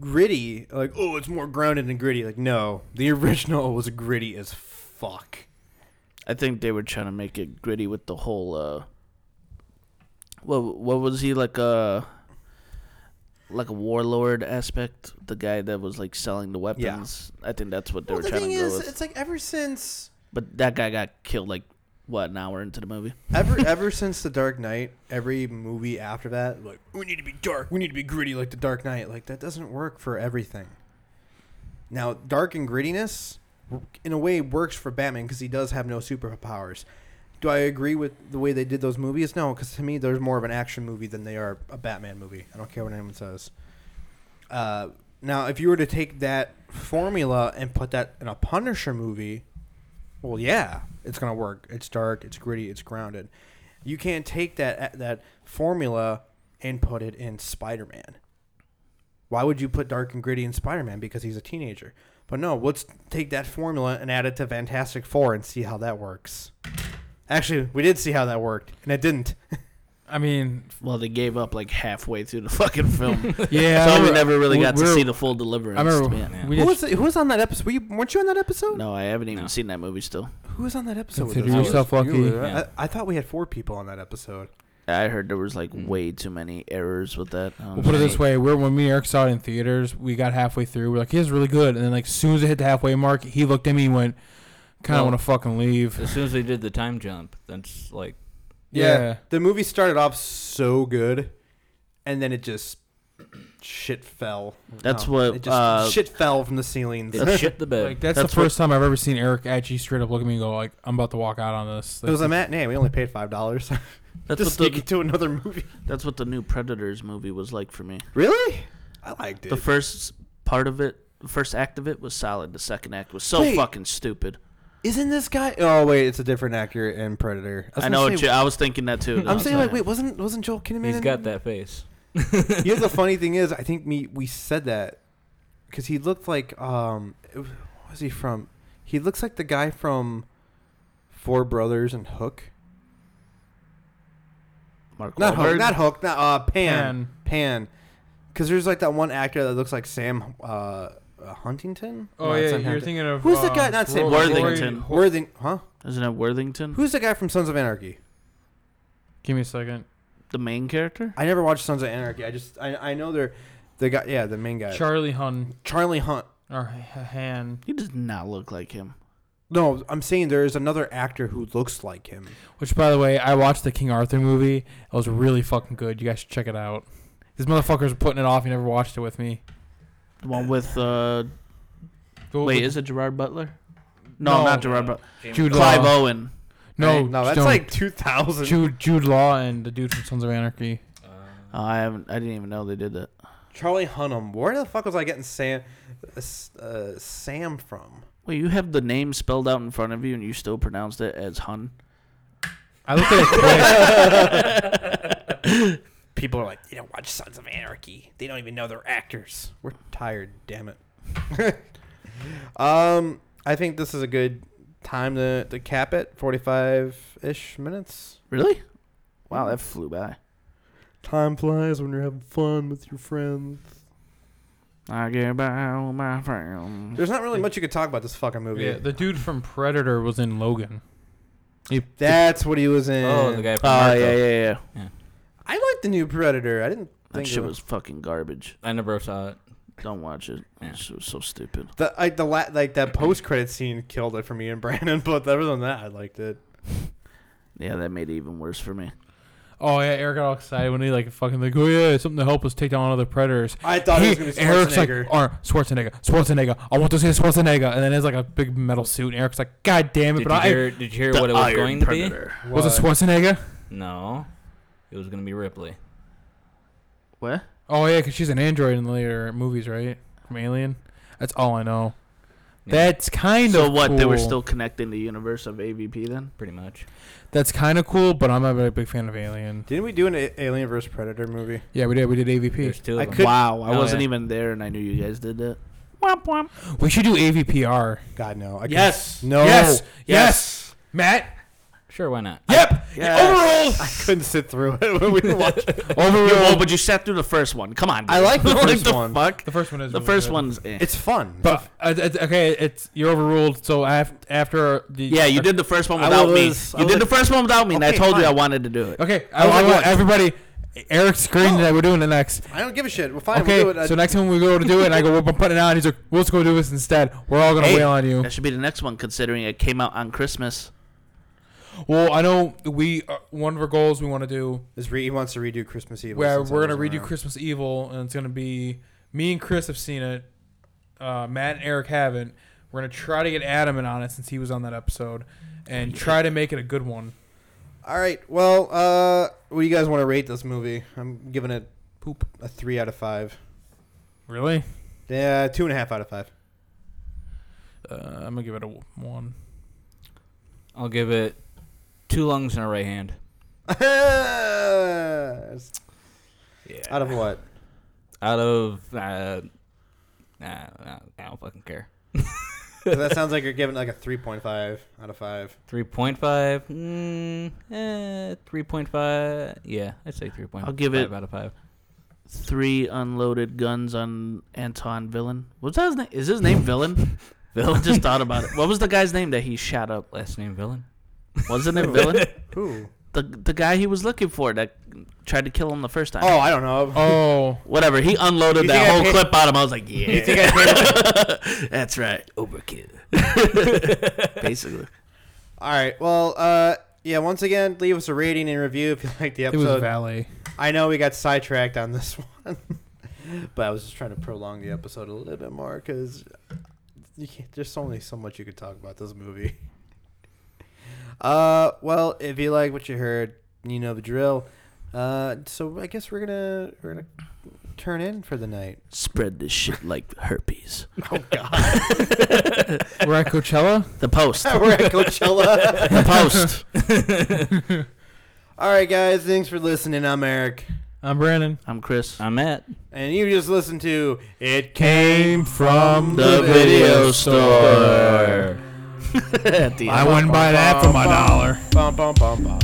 [SPEAKER 2] gritty, like oh, it's more grounded and gritty. Like no, the original was gritty as fuck.
[SPEAKER 1] I think they were trying to make it gritty with the whole. uh What what was he like a like a warlord aspect? The guy that was like selling the weapons. I think that's what they
[SPEAKER 2] Well,
[SPEAKER 1] were
[SPEAKER 2] the
[SPEAKER 1] trying
[SPEAKER 2] thing
[SPEAKER 1] to go
[SPEAKER 2] is,
[SPEAKER 1] with.
[SPEAKER 2] it's like ever since
[SPEAKER 1] But that guy got killed like what an hour into the movie.
[SPEAKER 2] ever ever since the Dark Knight, every movie after that, like we need to be dark, we need to be gritty, like the Dark Knight. Like that doesn't work for everything. Now, dark and grittiness, in a way, works for Batman because he does have no superpowers. Do I agree with the way they did those movies? No, because to me, they're more of an action movie than they are a Batman movie. I don't care what anyone says. Uh, now, if you were to take that formula and put that in a Punisher movie, well, yeah, it's gonna work. It's dark, it's gritty, it's grounded. You can't take that uh, that formula and put it in Spider-Man. Why would you put dark and gritty in Spider-Man because he's a teenager? But no, let's take that formula and add it to Fantastic Four and see how that works. Actually, we did see how that worked, and it didn't.
[SPEAKER 3] I mean,
[SPEAKER 1] Well, they gave up like halfway through the fucking film, so
[SPEAKER 3] yeah. I
[SPEAKER 1] we
[SPEAKER 3] remember-
[SPEAKER 1] never really
[SPEAKER 3] we-
[SPEAKER 1] got to
[SPEAKER 3] we're-
[SPEAKER 1] see the full deliverance.
[SPEAKER 3] I remember
[SPEAKER 1] Yeah.
[SPEAKER 4] Yeah.
[SPEAKER 3] we
[SPEAKER 2] Who
[SPEAKER 3] did
[SPEAKER 2] was, who was on that episode? Were you, weren't you on that episode?
[SPEAKER 1] No, I haven't even
[SPEAKER 4] No.
[SPEAKER 1] seen that movie still.
[SPEAKER 2] Who was on that episode? with
[SPEAKER 3] Consider
[SPEAKER 2] us?
[SPEAKER 3] yourself lucky.
[SPEAKER 2] You were-
[SPEAKER 4] Yeah.
[SPEAKER 2] I, I thought we had four people on that episode.
[SPEAKER 1] I heard there was like
[SPEAKER 4] Mm.
[SPEAKER 1] way too many errors with that. I don't
[SPEAKER 3] We'll put it
[SPEAKER 1] know.
[SPEAKER 3] this way: we're when me and Eric saw it in theaters, we got halfway through. We're like, "He's really good," and then like, soon as it hit the halfway mark, he looked at me and went, "Kind of
[SPEAKER 4] Well,
[SPEAKER 3] want to fucking leave."
[SPEAKER 4] As soon as they did the time jump, that's like
[SPEAKER 2] Yeah.
[SPEAKER 3] Yeah.
[SPEAKER 2] The movie started off so good, and then it just shit fell.
[SPEAKER 1] That's
[SPEAKER 2] No,
[SPEAKER 1] what
[SPEAKER 2] it just
[SPEAKER 1] uh,
[SPEAKER 2] shit fell from the ceilings.
[SPEAKER 4] it shit the bed.
[SPEAKER 3] Like that's,
[SPEAKER 1] That's
[SPEAKER 3] the
[SPEAKER 1] what-
[SPEAKER 3] first time I've ever seen Eric actually straight up look at me and go, "Like I'm about to walk out on this."
[SPEAKER 2] It was a matinee. We only paid five dollars to
[SPEAKER 1] that's what
[SPEAKER 2] sneak
[SPEAKER 1] the,
[SPEAKER 2] into another movie.
[SPEAKER 1] that's what the new Predators movie was like for me.
[SPEAKER 2] Really? I liked it.
[SPEAKER 1] The first part of it The first act of it was solid. The second act was so
[SPEAKER 2] Wait.
[SPEAKER 1] fucking stupid.
[SPEAKER 2] Isn't this guy? Oh wait, it's a different actor in Predator. was
[SPEAKER 1] I
[SPEAKER 2] gonna
[SPEAKER 1] know.
[SPEAKER 2] say-
[SPEAKER 1] Ju- I was thinking that too.
[SPEAKER 2] I'm saying like, wait, wasn't wasn't Joel Kinnaman?
[SPEAKER 4] He's
[SPEAKER 2] in
[SPEAKER 4] got that face.
[SPEAKER 2] you know the funny thing is, I think me we said that because he looked like um, it was, what was he from? He looks like the guy from Four Brothers and Hook.
[SPEAKER 1] Mark
[SPEAKER 2] Not Hook,
[SPEAKER 1] Wahlberg.
[SPEAKER 2] not Hook, not uh, Pan, Pan. Because there's like that one actor that looks like Sam uh, uh, Huntington.
[SPEAKER 3] Oh
[SPEAKER 2] No, it's
[SPEAKER 3] yeah,
[SPEAKER 2] not
[SPEAKER 3] you're
[SPEAKER 2] Huntington.
[SPEAKER 3] thinking of
[SPEAKER 2] Who's the
[SPEAKER 3] uh,
[SPEAKER 2] guy- not Sam
[SPEAKER 3] Roy-
[SPEAKER 1] Worthington.
[SPEAKER 3] Roy-
[SPEAKER 2] Worthing, huh?
[SPEAKER 1] Isn't it Worthington?
[SPEAKER 2] Who's the guy from Sons of Anarchy?
[SPEAKER 3] Give me a second.
[SPEAKER 1] the main character?
[SPEAKER 2] I never watched Sons of Anarchy. I just I, I know they're the guy. Yeah, the main guy,
[SPEAKER 3] Charlie Hun
[SPEAKER 2] Charlie Hunt.
[SPEAKER 3] or H- Han.
[SPEAKER 1] He does not look like him.
[SPEAKER 2] No, I'm saying there is another actor who looks like him.
[SPEAKER 3] Which, by the way, I watched the King Arthur movie. It was really fucking good. You guys should check it out. These motherfuckers are putting it off. You never watched it with me.
[SPEAKER 1] The one with uh,
[SPEAKER 3] Go
[SPEAKER 1] wait,
[SPEAKER 3] with
[SPEAKER 1] is it Gerard Butler? No,
[SPEAKER 3] No.
[SPEAKER 1] not Gerard Butler.
[SPEAKER 3] Jude
[SPEAKER 1] Clive
[SPEAKER 3] Law?
[SPEAKER 1] Owen.
[SPEAKER 3] No,
[SPEAKER 2] no, that's
[SPEAKER 3] no.
[SPEAKER 2] like 2000.
[SPEAKER 3] Jude Jude Law and the dude from Sons of Anarchy.
[SPEAKER 1] Oh, I haven't. I didn't even know they did that.
[SPEAKER 2] Charlie Hunnam. Where the fuck was I getting Sam uh, Sam from?
[SPEAKER 1] Wait, you have the name spelled out in front of you, and you still pronounced it as Hun.
[SPEAKER 3] I looked at it quick.
[SPEAKER 2] People are like, they don't watch Sons of Anarchy. They don't even know they're actors. We're tired, damn it. um, I think this is a good time to, to cap it. 45 ish minutes.
[SPEAKER 1] Really? Wow, that flew by.
[SPEAKER 2] Time flies when you're having fun with your friends.
[SPEAKER 1] I get by with my friends.
[SPEAKER 2] There's not really much you could talk about this fucking movie.
[SPEAKER 3] yeah, the dude from Predator was in Logan. He,
[SPEAKER 2] That's what he was in.
[SPEAKER 4] Oh, the guy from
[SPEAKER 1] Oh
[SPEAKER 4] Marco.
[SPEAKER 1] yeah, yeah, yeah.
[SPEAKER 2] I liked the new Predator. I didn't
[SPEAKER 1] That
[SPEAKER 2] think
[SPEAKER 1] shit
[SPEAKER 2] it
[SPEAKER 1] was fucking garbage.
[SPEAKER 4] I never saw it.
[SPEAKER 1] Don't watch it.
[SPEAKER 4] Yeah.
[SPEAKER 1] That shit was so stupid.
[SPEAKER 2] The like the la- like that post credit scene killed it for me and Brandon, but other than that, I liked it.
[SPEAKER 1] Yeah, that made it even worse for me.
[SPEAKER 3] oh yeah, Eric got all excited when he like fucking like, oh yeah, something to help us take down other predators.
[SPEAKER 2] I thought it
[SPEAKER 3] he,
[SPEAKER 2] was gonna be
[SPEAKER 3] Eric's like,
[SPEAKER 2] Schwarzenegger.
[SPEAKER 3] or Schwarzenegger, Schwarzenegger. I want to see Schwarzenegger, and then it's like a big metal suit. And Eric's like, God damn it!
[SPEAKER 4] Did you,
[SPEAKER 3] but
[SPEAKER 4] hear, did you hear what it was going to
[SPEAKER 1] Predator.
[SPEAKER 3] I was it Schwarzenegger?
[SPEAKER 4] be? No, it was going to be Ripley.
[SPEAKER 1] What?
[SPEAKER 3] Oh yeah, 'cause she's an android in the later movies, right? From Alien. That's all I know.
[SPEAKER 4] Yeah.
[SPEAKER 3] That's kind
[SPEAKER 1] So
[SPEAKER 3] of
[SPEAKER 1] what? They were
[SPEAKER 3] cool.
[SPEAKER 1] still connecting the universe of AVP then.
[SPEAKER 4] Pretty much.
[SPEAKER 3] That's kind of cool, but I'm not a big fan of Alien.
[SPEAKER 2] Didn't we do an A- Alien vs Predator movie?
[SPEAKER 3] Yeah, we did. We did AVP.
[SPEAKER 4] There's two
[SPEAKER 2] I
[SPEAKER 4] of them.
[SPEAKER 2] could-
[SPEAKER 1] Wow, I
[SPEAKER 4] Oh,
[SPEAKER 1] wasn't
[SPEAKER 4] yeah.
[SPEAKER 1] even there, and I knew you guys did that.
[SPEAKER 3] We should do AVPR.
[SPEAKER 2] God no. I
[SPEAKER 1] Yes.
[SPEAKER 2] Couldn't, no.
[SPEAKER 3] Yes. Yes. Matt.
[SPEAKER 4] Sure, why not?
[SPEAKER 3] Yep.
[SPEAKER 2] I couldn't sit through it when we were watching.
[SPEAKER 1] Yeah, well,
[SPEAKER 3] Overruled.
[SPEAKER 1] but you sat through the first one. Come on.
[SPEAKER 2] I
[SPEAKER 1] dude.
[SPEAKER 2] like the first
[SPEAKER 1] the
[SPEAKER 2] one.
[SPEAKER 1] Fuck.
[SPEAKER 3] The first one is
[SPEAKER 1] The
[SPEAKER 3] really
[SPEAKER 1] first
[SPEAKER 3] good.
[SPEAKER 1] one's. Eh.
[SPEAKER 2] It's fun.
[SPEAKER 3] But uh, it's- okay, it's you're overruled. So af- after the uh,
[SPEAKER 1] yeah, you did the first one
[SPEAKER 2] I
[SPEAKER 1] without me.
[SPEAKER 2] was- I
[SPEAKER 1] you did
[SPEAKER 2] was-
[SPEAKER 1] the first one without me, and I
[SPEAKER 2] Okay,
[SPEAKER 1] told you
[SPEAKER 2] fine.
[SPEAKER 1] I wanted to do it.
[SPEAKER 3] Okay,
[SPEAKER 2] I
[SPEAKER 3] I,
[SPEAKER 2] was
[SPEAKER 3] I
[SPEAKER 2] like,
[SPEAKER 3] want
[SPEAKER 2] what?
[SPEAKER 3] everybody. Eric screamed
[SPEAKER 2] No.
[SPEAKER 3] that we're doing the next.
[SPEAKER 2] I don't give a shit. Well, fine.
[SPEAKER 3] Okay,
[SPEAKER 2] we'll do it. Uh,
[SPEAKER 3] so next time we go to do it, and I go, "Well, I'm putting it on." He's like, "Well, "Let's go do this instead." We're all gonna
[SPEAKER 1] Hey.
[SPEAKER 3] wail on you.
[SPEAKER 1] That should be the next one, considering it came out on Christmas.
[SPEAKER 3] Well, I know we uh, one of our goals we want to do
[SPEAKER 2] is re- he wants to redo Christmas Eve.
[SPEAKER 3] where
[SPEAKER 2] since I
[SPEAKER 3] we're gonna
[SPEAKER 2] wasn't
[SPEAKER 3] redo
[SPEAKER 2] around.
[SPEAKER 3] Christmas Evil, and it's gonna be me and Chris have seen it. Uh, Matt and Eric haven't. We're gonna try to get Adam in on it since he was on that episode, and try to make it a good one.
[SPEAKER 2] All right. Well, uh, what do you guys want to rate this movie? I'm giving it poop a three out of five.
[SPEAKER 3] Really?
[SPEAKER 2] Yeah, two and a half out of five.
[SPEAKER 3] Uh, I'm gonna give it a w- one.
[SPEAKER 4] I'll give it two lungs and a right hand.
[SPEAKER 2] out
[SPEAKER 4] Yeah.
[SPEAKER 2] of what?
[SPEAKER 4] Out of. Uh, nah, nah, I don't fucking care.
[SPEAKER 2] So that sounds like you're giving like a 3.5 out of 5.
[SPEAKER 4] 3.5. Mm, eh, 3.5. Yeah, I'd say 3.5
[SPEAKER 1] I'll give it-
[SPEAKER 4] out of 5.
[SPEAKER 1] Three unloaded guns on Anton Villain. What's that his name? Is his name Villain? I just thought about it. What was the guy's name that he shot up?
[SPEAKER 4] Last name villain.
[SPEAKER 1] Wasn't it Villain?
[SPEAKER 2] Who?
[SPEAKER 1] The the guy he was looking for that tried to kill him the first time.
[SPEAKER 2] Oh, I don't know.
[SPEAKER 3] Oh,
[SPEAKER 1] Whatever. He unloaded
[SPEAKER 2] You
[SPEAKER 1] that
[SPEAKER 2] think I
[SPEAKER 1] whole
[SPEAKER 2] paid-
[SPEAKER 1] clip on him. I was like, yeah.
[SPEAKER 2] You think I paid
[SPEAKER 1] That's right.
[SPEAKER 4] Overkill.
[SPEAKER 1] Basically.
[SPEAKER 2] All right. Well, uh, yeah, once again, leave us a rating and review if you like the
[SPEAKER 3] it was
[SPEAKER 2] episode.
[SPEAKER 3] valet.
[SPEAKER 2] I know we got sidetracked on this one, but I was just trying to prolong the episode a little bit more because there's only so much you could talk about this movie. Uh, well, if you like what you heard, you know the drill. Uh, so I guess we're gonna we're gonna turn in for the night?
[SPEAKER 1] Spread this shit like herpes.
[SPEAKER 2] Oh God!
[SPEAKER 3] We're at Coachella.
[SPEAKER 1] The post.
[SPEAKER 2] We're at Coachella.
[SPEAKER 1] the post.
[SPEAKER 2] All right, guys. Thanks for listening. I'm Eric,
[SPEAKER 3] I'm Brandon.
[SPEAKER 1] I'm Chris.
[SPEAKER 4] I'm at.
[SPEAKER 2] and you just listened to it.
[SPEAKER 5] Came from
[SPEAKER 1] The video store.
[SPEAKER 5] I wouldn't buy that for my dollar.
[SPEAKER 2] Bum, bum, bum, bum.